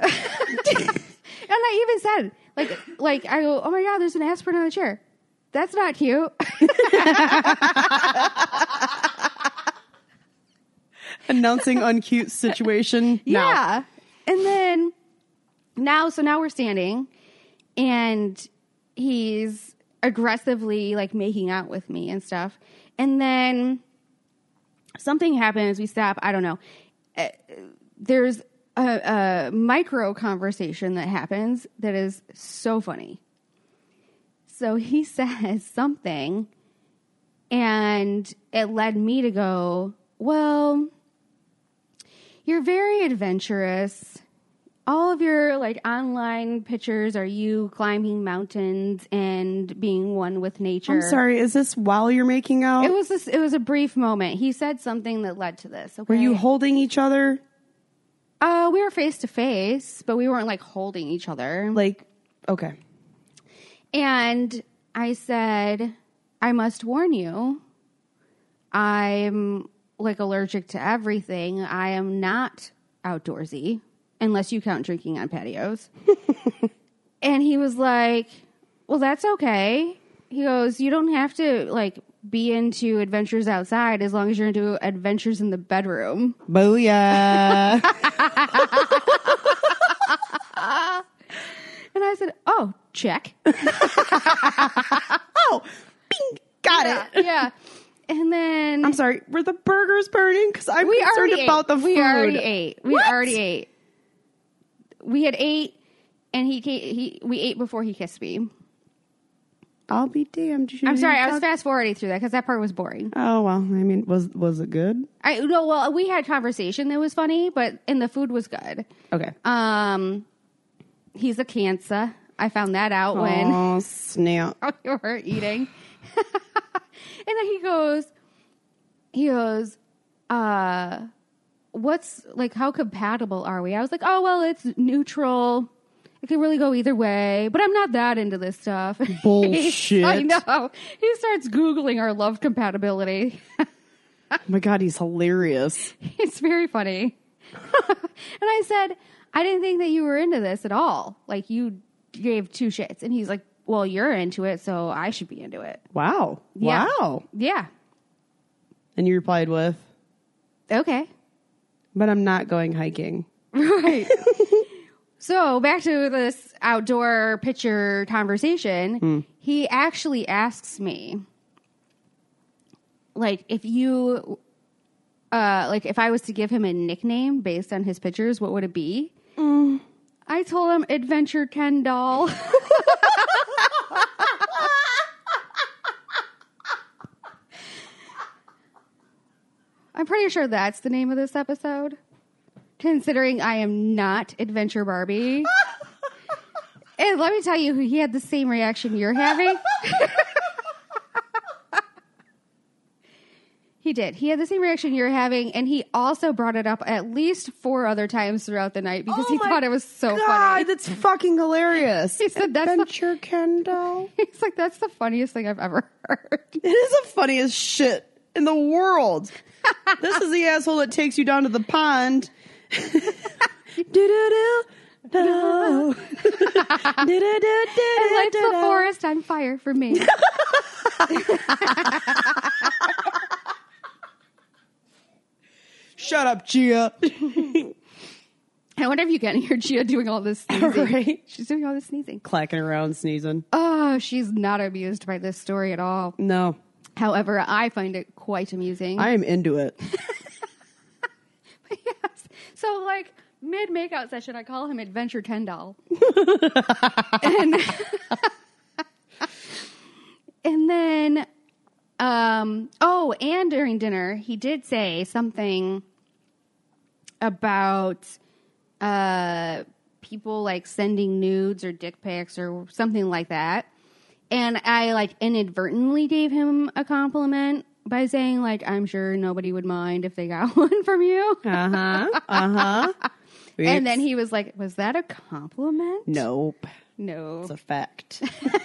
S2: I even said, like, like I go, oh my god, there's an aspirin on the chair. That's not cute.
S1: Announcing uncute situation. now.
S2: yeah. And then now, so now we're standing, and he's aggressively like making out with me and stuff. And then something happens. We stop. I don't know. Uh, There's a, a micro conversation that happens that is so funny. So he says something, and it led me to go, Well, you're very adventurous. All of your like online pictures are you climbing mountains and being one with nature.
S1: I'm sorry. Is this while you're making out?
S2: It was this, it was a brief moment. He said something that led to this.
S1: Were
S2: okay?
S1: you holding each other?
S2: Uh, we were face to face, but we weren't like holding each other.
S1: Like, okay.
S2: And I said, I must warn you, I'm like allergic to everything. I am not outdoorsy unless you count drinking on patios. and he was like, Well, that's okay. He goes, You don't have to like be into adventures outside as long as you're into adventures in the bedroom.
S1: Booyah.
S2: And I said, Oh, check.
S1: oh, bing, got it.
S2: yeah. And then
S1: I'm sorry. Were the burgers burning? Because I'm
S2: we
S1: concerned
S2: already
S1: about
S2: ate.
S1: the food.
S2: We already ate. We
S1: What?
S2: already ate. We had ate, and he, ca- he we ate before he kissed me.
S1: I'll be damned. You
S2: I'm sorry,
S1: didn't
S2: I was
S1: talk-
S2: fast forwarding through that because that part was boring.
S1: Oh well. I mean, was was it good?
S2: I no, well, we had conversation that was funny, but and the food was good.
S1: Okay.
S2: Um, he's a cancer. I found that out when
S1: Oh snap!
S2: while you were eating. and then he goes, he goes, uh, what's like, how compatible are we? I was like, oh, well, it's neutral. It could really go either way, but I'm not that into this stuff.
S1: Bullshit. Oh
S2: I know. He starts Googling our love compatibility.
S1: Oh my god, he's hilarious.
S2: it's very funny. and I said, I didn't think that you were into this at all. Like, you gave two shits. And he's like, well, you're into it, so I should be into it.
S1: Wow.
S2: Yeah.
S1: Wow.
S2: Yeah.
S1: And you replied with,
S2: Okay.
S1: "But I'm not going hiking."
S2: Right. so back to this outdoor picture conversation. He actually asks me, like, if you uh, like if I was to give him a nickname based on his pictures, what would it be? I told him Adventure Ken Doll. I'm pretty sure that's the name of this episode. Considering I am not Adventure Barbie. and let me tell you, he had the same reaction you're having. He did. He had the same reaction you're having, and he also brought it up at least four other times throughout the night because
S1: Oh
S2: he
S1: my
S2: thought it was so
S1: God,
S2: funny.
S1: that's fucking hilarious.
S2: He said that's the-
S1: Adventure Kendall.
S2: He's like, that's the funniest thing I've ever heard.
S1: It is the funniest shit in the world. this is the asshole that takes you down to the pond. do do do do. do do do do.
S2: It lights the forest on fire for me.
S1: Shut up, Gia.
S2: I wonder if you can hear Gia doing all this sneezing.
S1: Right.
S2: She's doing all this sneezing.
S1: Clacking around, sneezing.
S2: Oh, she's not amused by this story at all.
S1: No,
S2: However, I find it quite amusing.
S1: I am into it.
S2: yes. So, like, mid makeout session, I call him Adventure Kendall. and, and then, um, oh, and during dinner, he did say something about uh, people like sending nudes or dick pics or something like that. And I like inadvertently gave him a compliment by saying like I'm sure nobody would mind if they got one from you.
S1: Uh huh. Uh huh.
S2: Uh-huh. And then he was like, "Was that a compliment?"
S1: Nope.
S2: no,
S1: It's a fact.
S2: because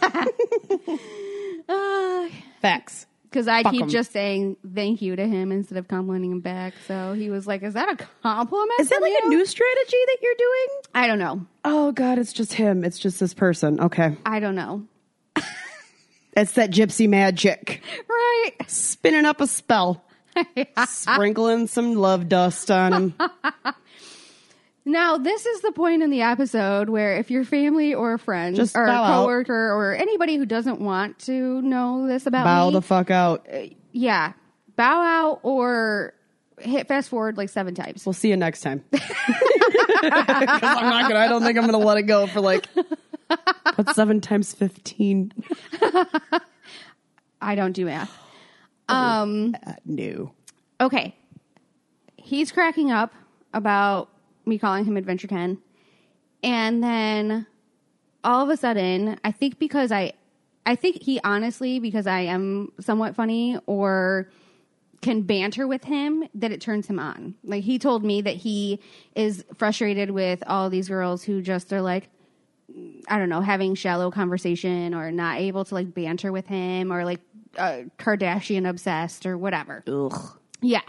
S1: Facts.
S2: Uh, I
S1: Fuck
S2: keep
S1: 'em.
S2: just saying thank you to him instead of complimenting him back. So he was like, "Is that a compliment?"
S1: Is that
S2: from
S1: like a
S2: you?"
S1: new strategy that you're doing?
S2: I don't know.
S1: Oh God, it's just him. It's just this person. Okay.
S2: I don't know.
S1: It's that gypsy magic.
S2: Right?
S1: Spinning up a spell. Sprinkling some love dust on him.
S2: Now, this is the point in the episode where if your family or friends
S1: Just
S2: or
S1: bow out.
S2: coworker or anybody who doesn't want to know this about
S1: Bow
S2: me,
S1: the fuck out.
S2: yeah, bow out or hit fast forward like seven times.
S1: We'll see you next time. 'Cause I'm not gonna, I don't think I'm going to let it go for like. What's seven times 15?
S2: I don't do math. Um,
S1: Uh, no.
S2: okay. He's cracking up about me calling him Adventure Ken. And then all of a sudden, I think because I, I think he honestly, because I am somewhat funny or can banter with him, that it turns him on. Like he told me that he is frustrated with all these girls who just are like, I don't know, having shallow conversation or not able to like banter with him or like uh, Kardashian obsessed or whatever.
S1: Ugh.
S2: Yeah.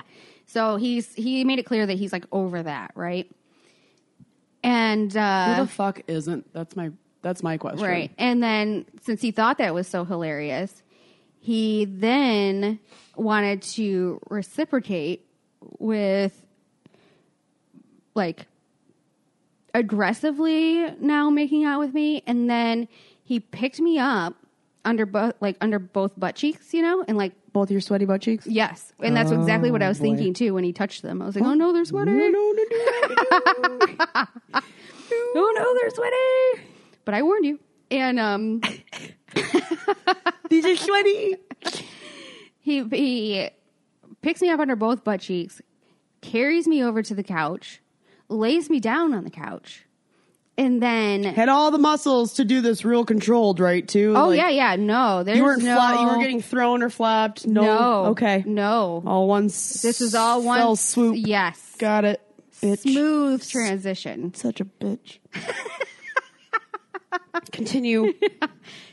S2: So he's he made it clear that he's like over that, right? And
S1: Who
S2: uh
S1: the fuck isn't? That's my that's my question.
S2: right. And then since he thought that was so hilarious, he then wanted to reciprocate with like aggressively now making out with me and then he picked me up under both like under both butt cheeks, you know, and like
S1: Both your sweaty butt cheeks.
S2: Yes, and that's exactly what I was
S1: Oh, boy.
S2: thinking too when he touched them. I was like, "Oh no, they're sweaty!
S1: No,
S2: Oh
S1: no, no, no, no, no.
S2: no, they're sweaty!" But I warned you. And um,
S1: These are sweaty.
S2: he he picks me up under both butt cheeks, carries me over to the couch, lays me down on the couch, and then
S1: Had all the muscles to do this real controlled, right? Too.
S2: oh
S1: Like,
S2: yeah yeah no, there's
S1: You weren't
S2: no
S1: flat. You were getting thrown or flapped. No.
S2: no
S1: Okay.
S2: no.
S1: All one. s-
S2: This is all one
S1: fell swoop.
S2: Yes,
S1: Got it. Bitch.
S2: smooth transition.
S1: Such a bitch. Continue.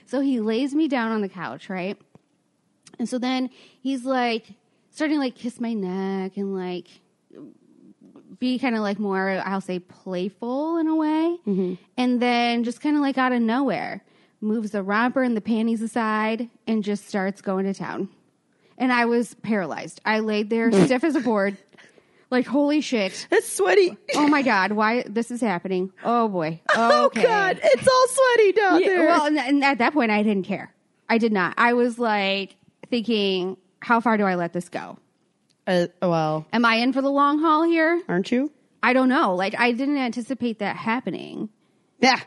S2: So he lays me down on the couch, right? And so then he's like starting to like kiss my neck and like be kind of like more, I'll say, playful in a way.
S1: Mm-hmm.
S2: And then just kind of like out of nowhere, moves the romper and the panties aside and just starts going to town. And I was paralyzed. I laid there stiff as a board, like, holy shit.
S1: It's sweaty.
S2: Oh my God, why this is happening? Oh boy.
S1: Oh
S2: Okay.
S1: God, it's all sweaty down
S2: Yeah,
S1: there.
S2: Well, and, and at that point, I didn't care. I did not. I was like thinking, how far do I let this go?
S3: Uh, well,
S2: Am I in for the long haul here?
S1: oh, aren't you?
S2: I don't know. Like, I didn't anticipate that happening.
S3: yeah.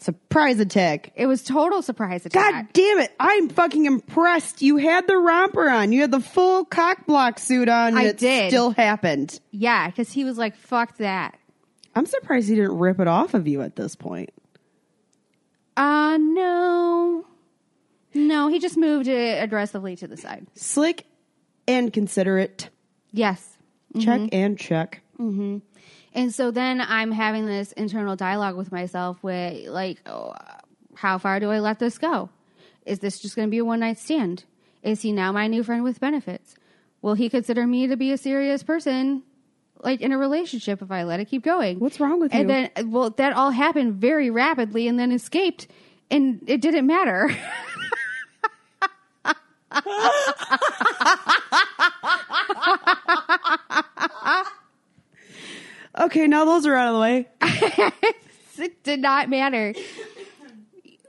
S3: Surprise attack.
S2: It was total surprise attack.
S3: God damn it. I'm fucking impressed. You had the romper on. You had the full cock block suit on. and
S2: I
S3: it
S2: did.
S3: still happened.
S2: Yeah, because he was like, "Fuck that."
S1: I'm surprised he didn't rip it off of you at this point.
S2: Uh no, no. He just moved it aggressively to the side.
S3: Slick and considerate.
S2: Yes.
S1: Mm-hmm.
S3: Check and check.
S2: And so then I'm having this internal dialogue with myself with like, oh, how far do I let this go? Is this just going to be a one night stand? Is he now my new friend with benefits? Will he consider me to be a serious person, like in a relationship, if I let it keep going?
S1: What's wrong with
S2: and
S1: you?
S2: then, well, that all happened very rapidly and then escaped, and it didn't matter.
S1: Okay, now those are out of the way.
S2: it did not matter.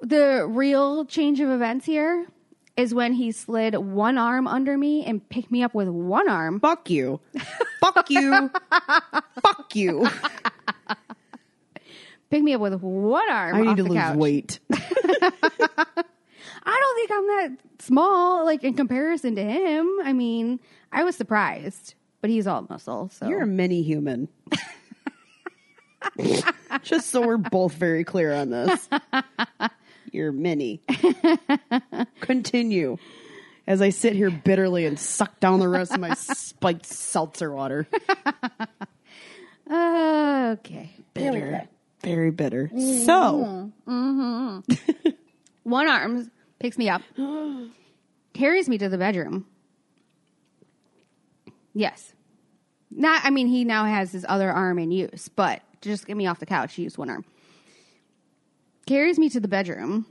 S2: The real change of events here is when he slid one arm under me and picked me up with one arm.
S3: Fuck you. Fuck you. Fuck you.
S2: Picked me up with one arm.
S1: I
S2: off
S1: need to
S2: the
S1: lose
S2: couch.
S1: weight.
S2: I don't think I'm that small, like in comparison to him. I mean, I was surprised, but he's all muscle. So
S3: You're a mini human. Just so we're both very clear on this. You're mini. Continue. As I sit here bitterly and suck down the rest of my spiked seltzer water.
S2: okay.
S3: Bitter. Very bitter.
S2: Mm.
S3: So,
S2: One arm picks me up, carries me to the bedroom. Yes. Not, I mean, he now has his other arm in use, but to just get me off the couch, he used one arm. Carries me to the bedroom,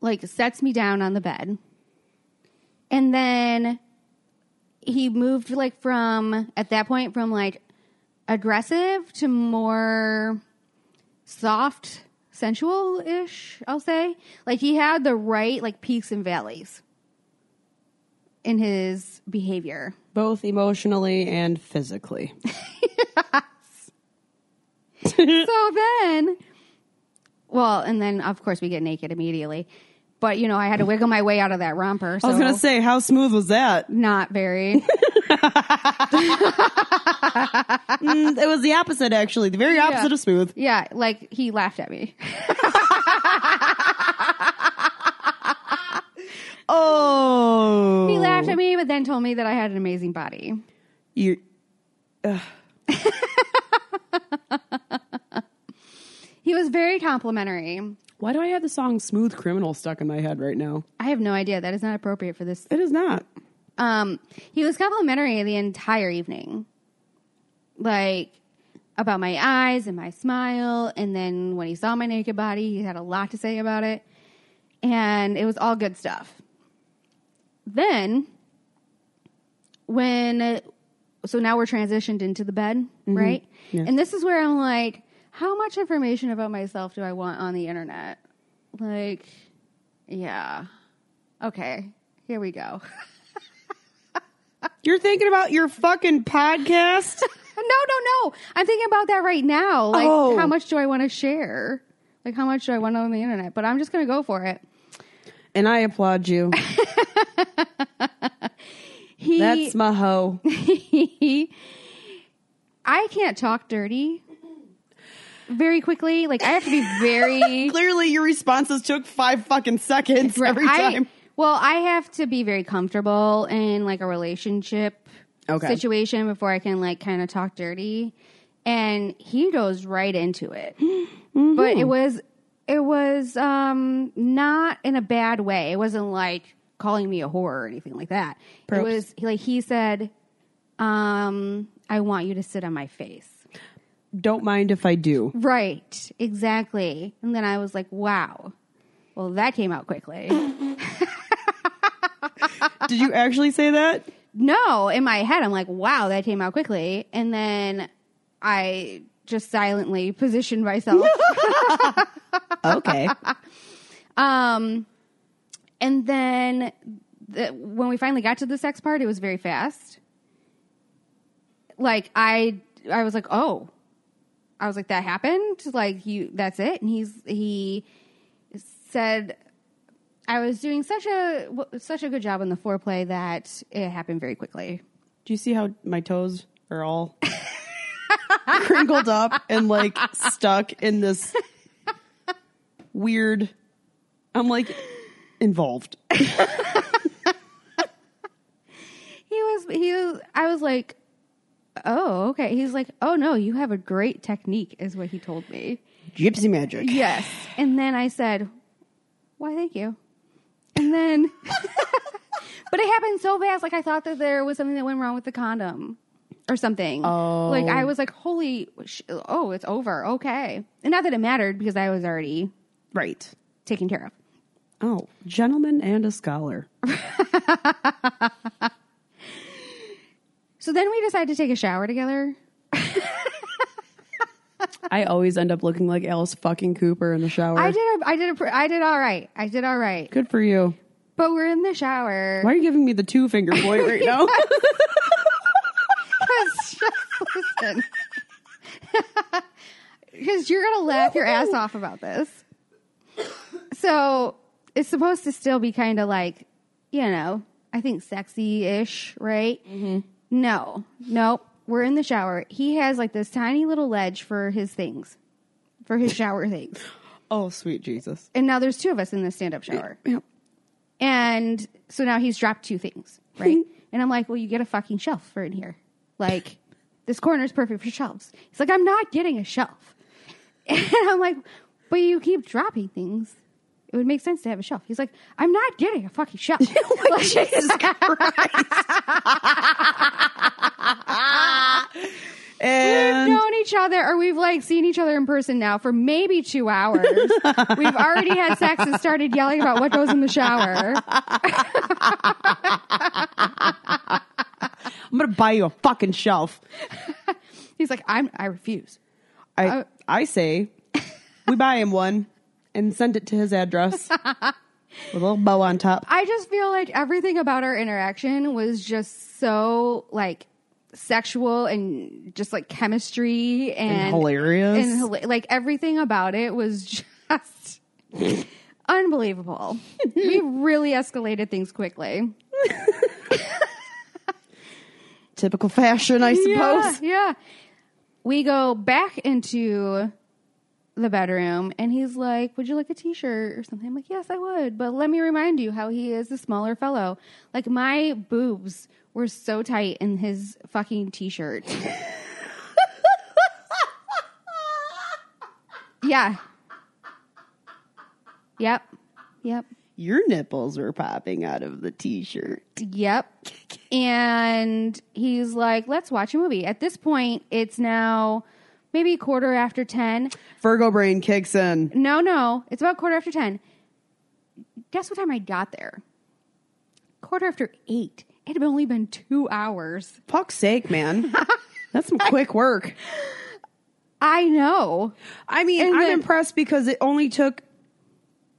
S2: like, sets me down on the bed. And then he moved, like, from, at that point, from, like, aggressive to more soft, sensual ish, I'll say. Like he had the right like peaks and valleys in his behavior.
S1: Both emotionally and physically. Mm.
S2: so then well, and then of course we get naked immediately. But you know, I had to wiggle my way out of that romper. So
S1: I was going to say, how smooth was that?
S2: not very.
S1: Mm, it was the opposite, actually. The very opposite of smooth.
S2: yeah, like he laughed at me.
S1: Oh.
S2: He laughed at me, but then told me that I had an amazing body.
S1: You,
S2: He was very complimentary.
S1: why do I have the song Smooth Criminal stuck in my head right now?
S2: I have no idea. That is not appropriate for this
S1: It is not.
S2: Um, he was complimentary the entire evening, like about my eyes and my smile. And then when he saw my naked body, he had a lot to say about it, and it was all good stuff. Then, when so now we're transitioned into the bed, right?
S1: Yeah.
S2: And this is where I'm like, how much information about myself do I want on the internet? Like, yeah, okay, here we go.
S3: you're thinking about your fucking podcast?
S2: No, no, no. I'm thinking about that right now. Like,
S3: Oh.
S2: how much do I want to share? Like, how much do I want on the internet? But I'm just going to go for it.
S1: And I applaud you.
S2: He,
S1: That's my hoe.
S2: I can't talk dirty very quickly. Like, I have to be very.
S3: Clearly, your responses took five fucking seconds every
S2: I-
S3: time.
S2: well, I have to be very comfortable in like a relationship
S1: Okay.
S2: situation before I can like kind of talk dirty. And he goes right into it. But
S3: Mm-hmm.
S2: it was it was um not in a bad way. It wasn't like calling me a whore or anything like that. It was like he said, um, I want you to sit on my face.
S1: Don't mind if I do.
S2: Right, exactly. And then I was like, wow. Well, that came out quickly.
S1: Did you actually say that?
S2: no in my head i'm like wow that came out quickly and then i just silently positioned myself
S3: Okay.
S2: um and then the, when we finally got to the sex part it was very fast like I I was like, "Oh." I was like, "That happened?" Like you that's it. And he's he said I was doing such a w- such a good job on the foreplay that it happened very quickly.
S1: Do you see how my toes are all crinkled up and like stuck in this weird? I'm like involved.
S2: He was he was I was like, "Oh, okay." He's like, "Oh no, you have a great technique," is what he told me.
S3: Gypsy magic.
S2: Yes. And then I said, Why, thank you. And then, but it happened so fast. Like, I thought that there was something that went wrong with the condom or something. Oh. Like, I was like, Holy, sh- oh, it's over. Okay. And not that it mattered because I was already
S1: Right.
S2: taken care of.
S1: Oh, gentleman and a scholar.
S2: So then we decided to take a shower together.
S1: I always end up looking like Alice fucking Cooper in the shower.
S2: I did, a, I did, a, pr- I did all right. I did all right.
S1: Good for you.
S2: But we're in the shower.
S1: Why are you giving me the two finger point right now?
S2: Because listen, because you're gonna laugh your ass off about this. So it's supposed to still be kind of like, you know, I think sexy ish, right? No, nope. We're in the shower. He has like this tiny little ledge for his things, for his shower things.
S1: oh, sweet Jesus.
S2: And now there's two of us in the stand up shower.
S1: Yep.
S2: And so now he's dropped two things, right? and I'm like, well, you get a fucking shelf for in here. Like, this corner is perfect for shelves. He's like, I'm not getting a shelf. And I'm like, but you keep dropping things. It would make sense to have a shelf. He's like, I'm not getting a fucking shelf. Like, We've
S1: And
S2: known each other, or we've like seen each other in person now for maybe two hours. we've already had sex and started yelling about what goes in the shower.
S1: I'm going to buy you a fucking shelf.
S2: He's like, I'm, I refuse.
S1: I,
S2: Oh.
S1: I say, we buy him one and send it to his address with a little bow on top.
S2: I just feel like everything about our interaction was just so like sexual and just like chemistry and,
S1: hilarious.
S2: and hila- like everything about it was just unbelievable. we really escalated things quickly.
S1: Typical fashion, I
S2: Yeah,
S1: suppose.
S2: yeah. We go back into the bedroom and he's like, Would you like a t shirt or something? I'm like, Yes, I would. But let me remind you how he is a smaller fellow. Like, my boobs were so tight in his fucking t shirt. yeah. Yep. Yep.
S3: Your nipples were popping out of the t-shirt.
S2: Yep. And he's like, let's watch a movie. At this point, it's now maybe quarter after 10.
S1: Virgo brain kicks in.
S2: No, no, it's about quarter after 10. Guess what time I got there? Quarter after 8. It had only been two hours.
S1: Fuck's sake, man. That's some quick work.
S2: I know.
S1: I mean,
S2: And
S1: I'm
S2: then-
S1: impressed because it only took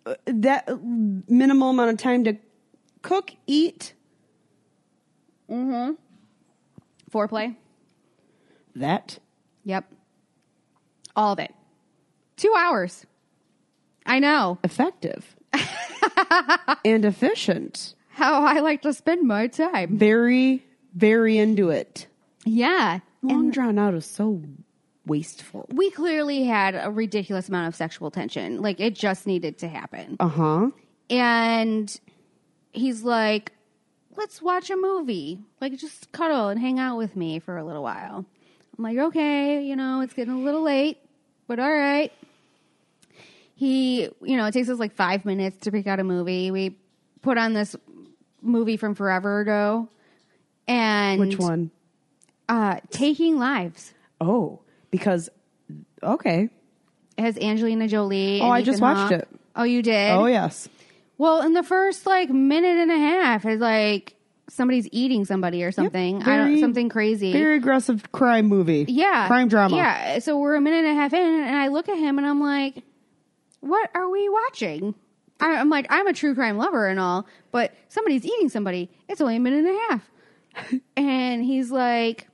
S1: uh, that minimal amount of time to cook, eat.
S2: Foreplay.
S1: That
S2: Yep. All of it. Two hours. I know
S1: effective and efficient.
S2: how I like to spend my time.
S1: Very, very into it.
S2: Yeah.
S1: Long drawn out is so wasteful.
S2: we clearly had a ridiculous amount of sexual tension. Like it just needed to happen.
S1: Uh huh.
S2: And he's like, "Let's watch a movie. Like just cuddle and hang out with me for a little while." I'm like, "Okay, you know, it's getting a little late, but all right." He, you know, it takes us like 5 minutes to pick out a movie. We put on this movie from forever ago. And
S1: Which one?
S2: Uh, Taking Lives.
S1: Oh, because okay.
S2: It has Angelina Jolie.
S1: Oh,
S2: and
S1: I just
S2: Ethan
S1: watched
S2: Hawke.
S1: it.
S2: Oh, you did?
S1: Oh yes.
S2: Well, in the first like minute and a half, it's like somebody's eating somebody or something. I
S1: very-
S2: don't something crazy.
S1: Very aggressive crime movie.
S2: yeah,
S1: Crime drama.
S2: Yeah. So we're a minute and a half in, and I look at him and I'm like, "What are we watching?" I, I'm like, "I'm a true crime lover and all, but somebody's eating somebody. It's only a minute and a half." and he's like,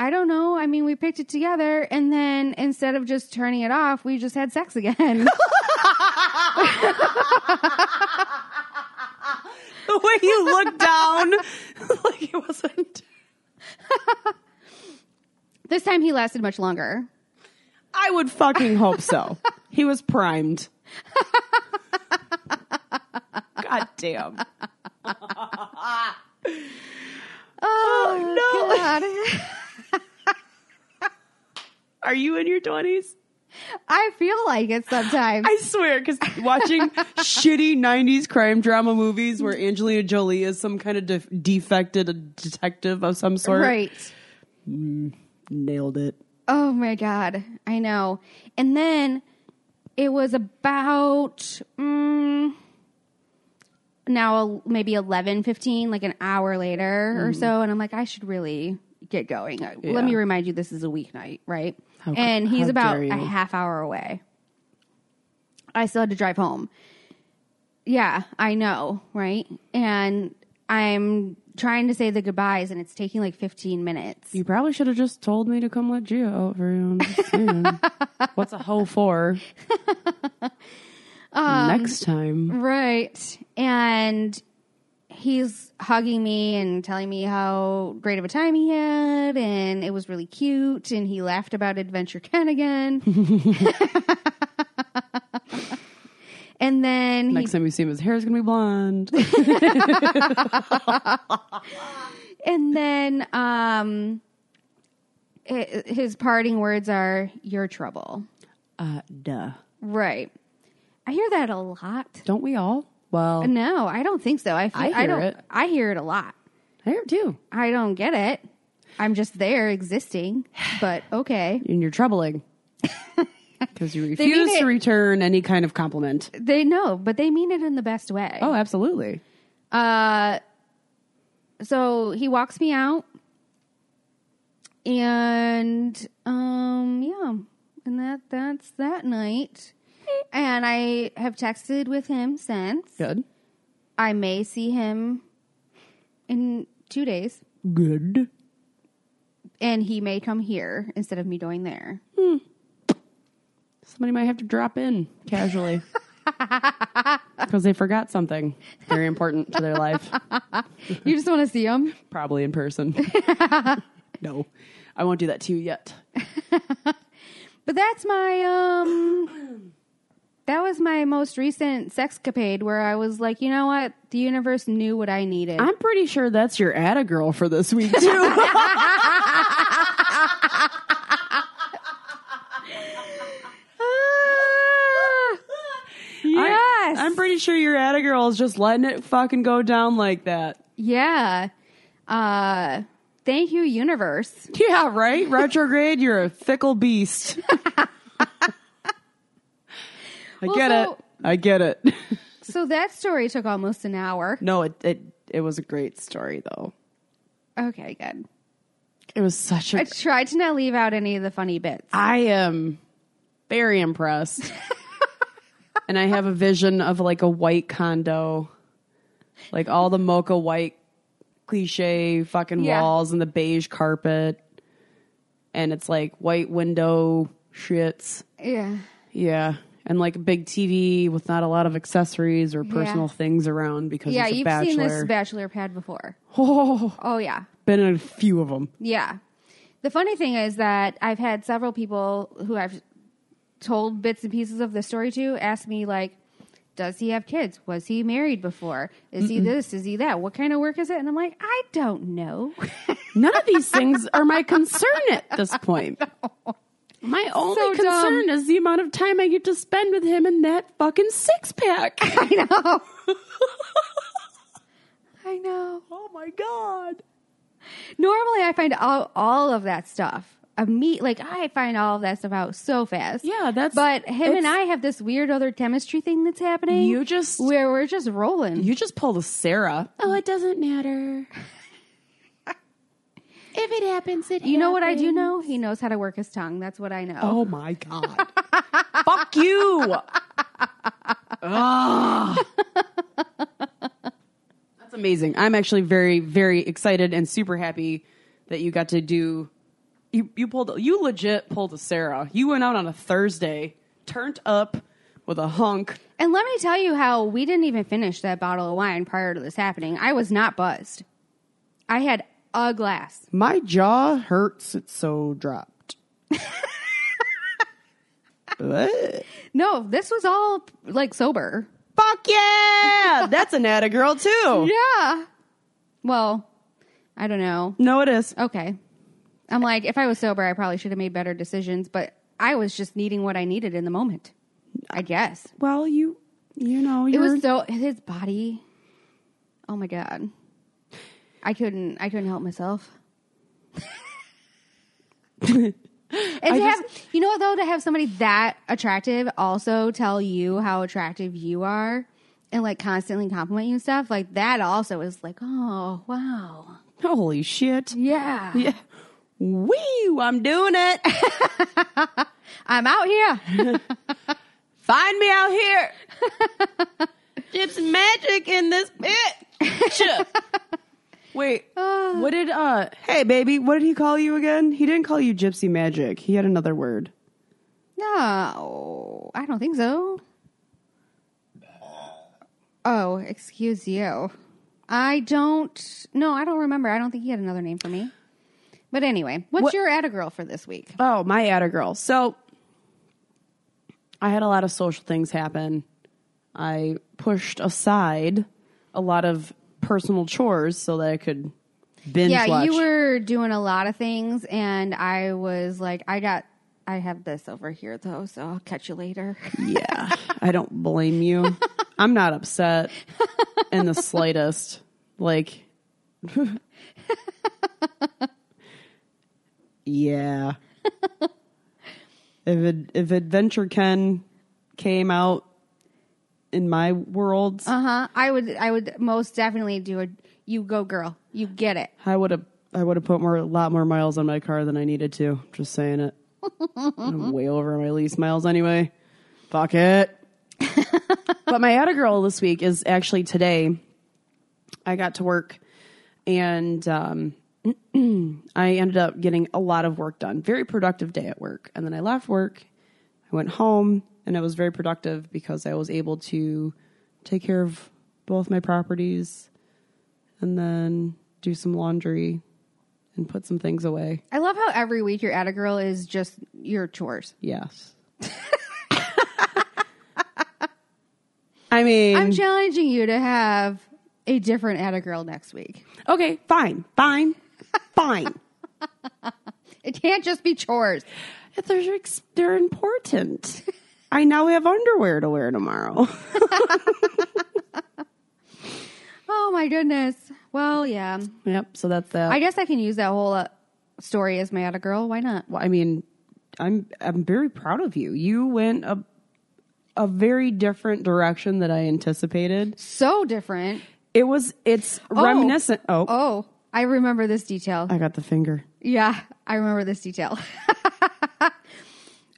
S2: I don't know. I mean, we picked it together, and then instead of just turning it off, we just had sex again.
S1: The way you looked down, like it wasn't.
S2: this time he lasted much longer.
S1: I would fucking hope so. he was primed. God damn. oh, no.
S2: God.
S1: Are you in your 20s?
S2: I feel like it sometimes.
S1: I swear, because watching shitty 90s crime drama movies where Angelina Jolie is some kind of def- defected detective of some sort.
S2: right.
S1: Nailed it.
S2: Oh my God. I know. And then it was about mm, now maybe 11, 15, like an hour later or so. And I'm like, I should really get going. Uh,
S1: Mm-hmm. Yeah.
S2: Let me remind you, this is a weeknight, right?
S1: How c-
S2: and he's
S1: how
S2: about
S1: dare
S2: a
S1: you.
S2: half hour away. I still had to drive home. Yeah, I know, right? And I'm trying to say the goodbyes, and it's taking like 15 minutes.
S1: You probably should have just told me to come let Gia out for you. I'm just saying. What's a hoe for?
S2: Um,
S1: Next time.
S2: Right. And he's hugging me and telling me how great of a time he had and it was really cute and he laughed about Adventure Ken again. and then he,
S1: Next time you see him, his hair is gonna be blonde.
S2: and then um hi- his parting words are you're trouble.
S1: uh, duh.
S2: Right. I hear that a lot.
S1: Don't we all? Well,
S2: No, I don't think so. I, feel,
S1: I
S2: I
S1: hear
S2: don't
S1: it.
S2: I hear it a lot.
S1: I hear it too.
S2: I don't get it. I'm just there existing, but okay.
S1: And you're troubling because you
S2: mean
S1: refuse
S2: it-
S1: to return any kind of compliment.
S2: They know, but they mean it in the best way.
S1: Oh, absolutely.
S2: Uh, so he walks me out, and um, yeah, and that that's that night. And I have texted with him since.
S1: Good.
S2: I may see him in two days,
S1: Good.
S2: and he may come here instead of me going there.
S1: Somebody might have to drop in casually because they forgot something very important to their life.
S2: you just want to see him.
S1: Probably in person. no, I won't do that to you yet.
S2: But that's my um that was my most recent sexcapade where I was like, you know what? The universe knew what I needed.
S1: I'm pretty sure that's your Atta girl for this week too.
S2: Ah! yes.
S1: I, am pretty sure your Atta girl is just letting it fucking go down like that.
S2: yeah. Uh thank you universe.
S1: Yeah, right? Retrograde, you're a fickle beast. I
S2: Well,
S1: get
S2: so-
S1: it. I get it.
S2: So that story took almost an hour.
S1: No, it, it it was a great story though.
S2: Okay, good.
S1: It was such a
S2: I tried to not leave out any of the funny bits.
S1: I am very impressed. and I have a vision of like a white condo, like all the mocha white cliche fucking
S2: Yeah.
S1: walls and the beige carpet. And it's like white window shits.
S2: Yeah.
S1: Yeah. And like a big TV with not a lot of accessories or personal things around because
S2: Yeah,
S1: it's a
S2: you've
S1: bachelor.
S2: seen this bachelor pad before.
S1: oh,
S2: Oh yeah.
S1: been in a few of them.
S2: Yeah. The funny thing is that I've had several people who I've told bits and pieces of the story to ask me like, does he have kids? Was he married before? Is he this? Is he that? What kind of work is it? And I'm like, I don't know.
S1: None of these things are my concern at this point. My only
S2: So
S1: concern is the amount of time I get to spend with him in that fucking six pack.
S2: I know. I know.
S1: oh my god.
S2: Normally I find all, all of that stuff. A meet like I find all of that stuff out so fast.
S1: Yeah, that's-
S2: but him
S1: it's-
S2: and I have this weird other chemistry thing that's happening.
S1: You just
S2: where we're just rolling.
S1: you just pulled a Sarah. Oh, it doesn't matter. if it happens, it
S2: You know what I do know? He knows how to work his tongue. That's what I know.
S1: Oh my god. Fuck you. Ugh. That's amazing. I'm actually very, very excited and super happy that you got to do you you pulled you legit pulled a Sarah. You went out on a Thursday, turned up with a hunk.
S2: And let me tell you how we didn't even finish that bottle of wine prior to this happening. I was not buzzed. I had a glass.
S1: My jaw hurts. It's so dropped. What?
S2: No, this was all like sober.
S1: Fuck yeah! That's an atta girl too.
S2: Yeah. Well, I don't know.
S1: No, it is.
S2: Okay. I'm like, if I was sober, I probably should have made better decisions, but I was just needing what I needed in the moment. I guess.
S1: Well, you you know
S2: It
S1: you
S2: was so his body. Oh my god. I couldn't I couldn't help myself. and to have you know what though, to have somebody that attractive also tell you how attractive you are and like constantly compliment you and stuff, like that also is like, oh wow.
S1: holy shit.
S2: Yeah.
S1: Yeah. Woo! I'm doing it.
S2: I'm out here.
S1: Find me out here. it's magic in this bitch. Wait,
S2: Ah.
S1: what did uh? Hey, baby, what did he call you again? He didn't call you Gypsy Magic. He had another word.
S2: No, I don't think so. Oh, excuse you. I don't. No, I don't remember. I don't think he had another name for me. But anyway, what's
S1: What-
S2: your atta girl for this week?
S1: Oh, my atta girl. So I had a lot of social things happen. I pushed aside a lot of personal chores so that I could binge
S2: yeah,
S1: watch.
S2: you were doing a lot of things, and I was like, I got, I have this over here though, so I'll catch you later.
S1: yeah, I don't blame you. I'm not upset in the slightest. Like, yeah. If it, if Adventure Ken came out in my world,
S2: Uh huh. I would, I would most definitely do a. You go, girl. You get it.
S1: I would have I would have put more a lot more miles on my car than I needed to. Just saying it. I'm way over my lease miles anyway. Fuck it. but my atta girl this week is actually today. I got to work and um, I ended up getting a lot of work done. Very productive day at work. And then I left work, I went home, and it was very productive because I was able to take care of both my properties and then do some laundry and put some things away.
S2: I love how every week your atta girl is just your chores.
S1: Yes. I mean,
S2: I'm challenging you to have a different Atta Girl next week.
S1: okay, fine, fine, fine.
S2: It can't just be chores.
S1: If They're, ex- they're important. I now have underwear to wear tomorrow.
S2: Oh my goodness. Well, yeah.
S1: yep, so that's that.
S2: I guess I can use that whole uh, story as my Atta Girl. Why not?
S1: well, I mean, I'm I'm very proud of you. You went a a very different direction that I anticipated.
S2: So different.
S1: It was it's reminiscent. Oh,
S2: Oh, I remember this detail.
S1: I got the finger.
S2: Yeah, I remember this detail.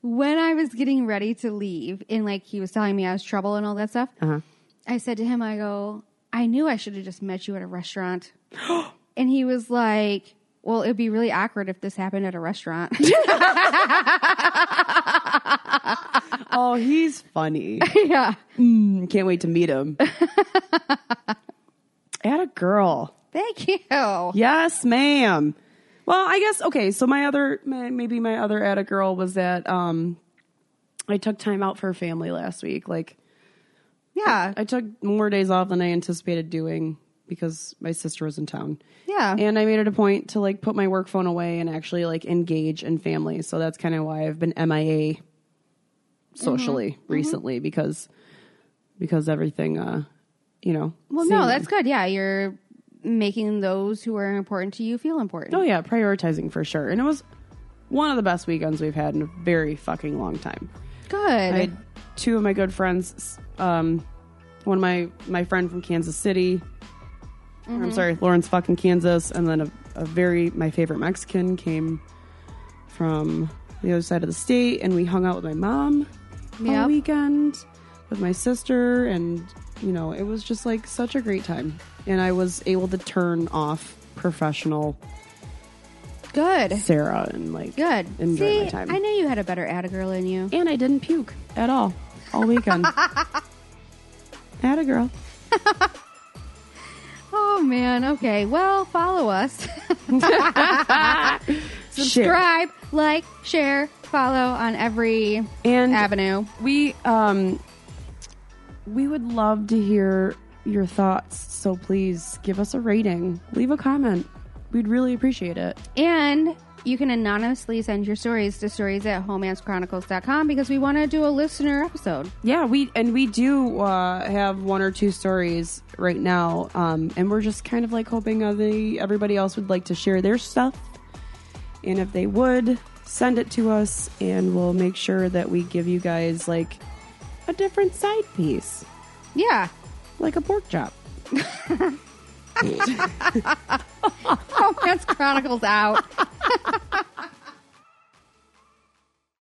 S2: when I was getting ready to leave, and like he was telling me I was trouble and all that stuff,
S1: Uh-huh.
S2: I said to him, I go, I knew I should have just met you at a restaurant. and he was like, Well, it'd be really awkward if this happened at a restaurant.
S1: Oh, he's funny.
S2: yeah.
S1: Can't wait to meet him. At a girl.
S2: Thank you.
S1: Yes, ma'am. Well, I guess okay. So my other, my, maybe my other at a girl was that um, I took time out for family last week. Like
S2: Yeah.
S1: I took more days off than I anticipated doing because my sister was in town.
S2: Yeah.
S1: And I made it a point to like put my work phone away and actually like engage in family. So that's kind of why I've been MIA socially recently because because everything uh you know.
S2: Well, no, that's good. Yeah. You're making those who are important to you feel important.
S1: Oh yeah, prioritizing for sure. And it was one of the best weekends we've had in a very fucking long time.
S2: Good.
S1: I had two of my good friends. Um, one of my my friend from Kansas City. or
S2: Mm-hmm.
S1: I'm sorry, Lawrence fucking Kansas, and then a, a very my favorite Mexican came from the other side of the state, and we hung out with my mom all
S2: Yep.
S1: weekend with my sister, and you know it was just like such a great time, and I was able to turn off professional
S2: Good.
S1: Sarah and like
S2: Good.
S1: enjoy
S2: See,
S1: my time.
S2: I knew you had a better Attagirl in you.
S1: and I didn't puke at all all weekend. Had a girl.
S2: Oh man. Okay. Well, follow us.
S1: Share.
S2: Subscribe, like, share, follow on every
S1: And
S2: avenue.
S1: we um we would love to hear your thoughts, so please give us a rating, leave a comment. We'd really appreciate it.
S2: And you can anonymously send your stories to stories at homancechronicles.com because we want to do a listener episode.
S1: Yeah, we and we do uh, have one or two stories right now, um, and we're just kind of like hoping uh, the, everybody else would like to share their stuff, and if they would, send it to us, and we'll make sure that we give you guys like a different side piece,
S2: Yeah.
S1: like a pork chop.
S2: Romance Chronicles out.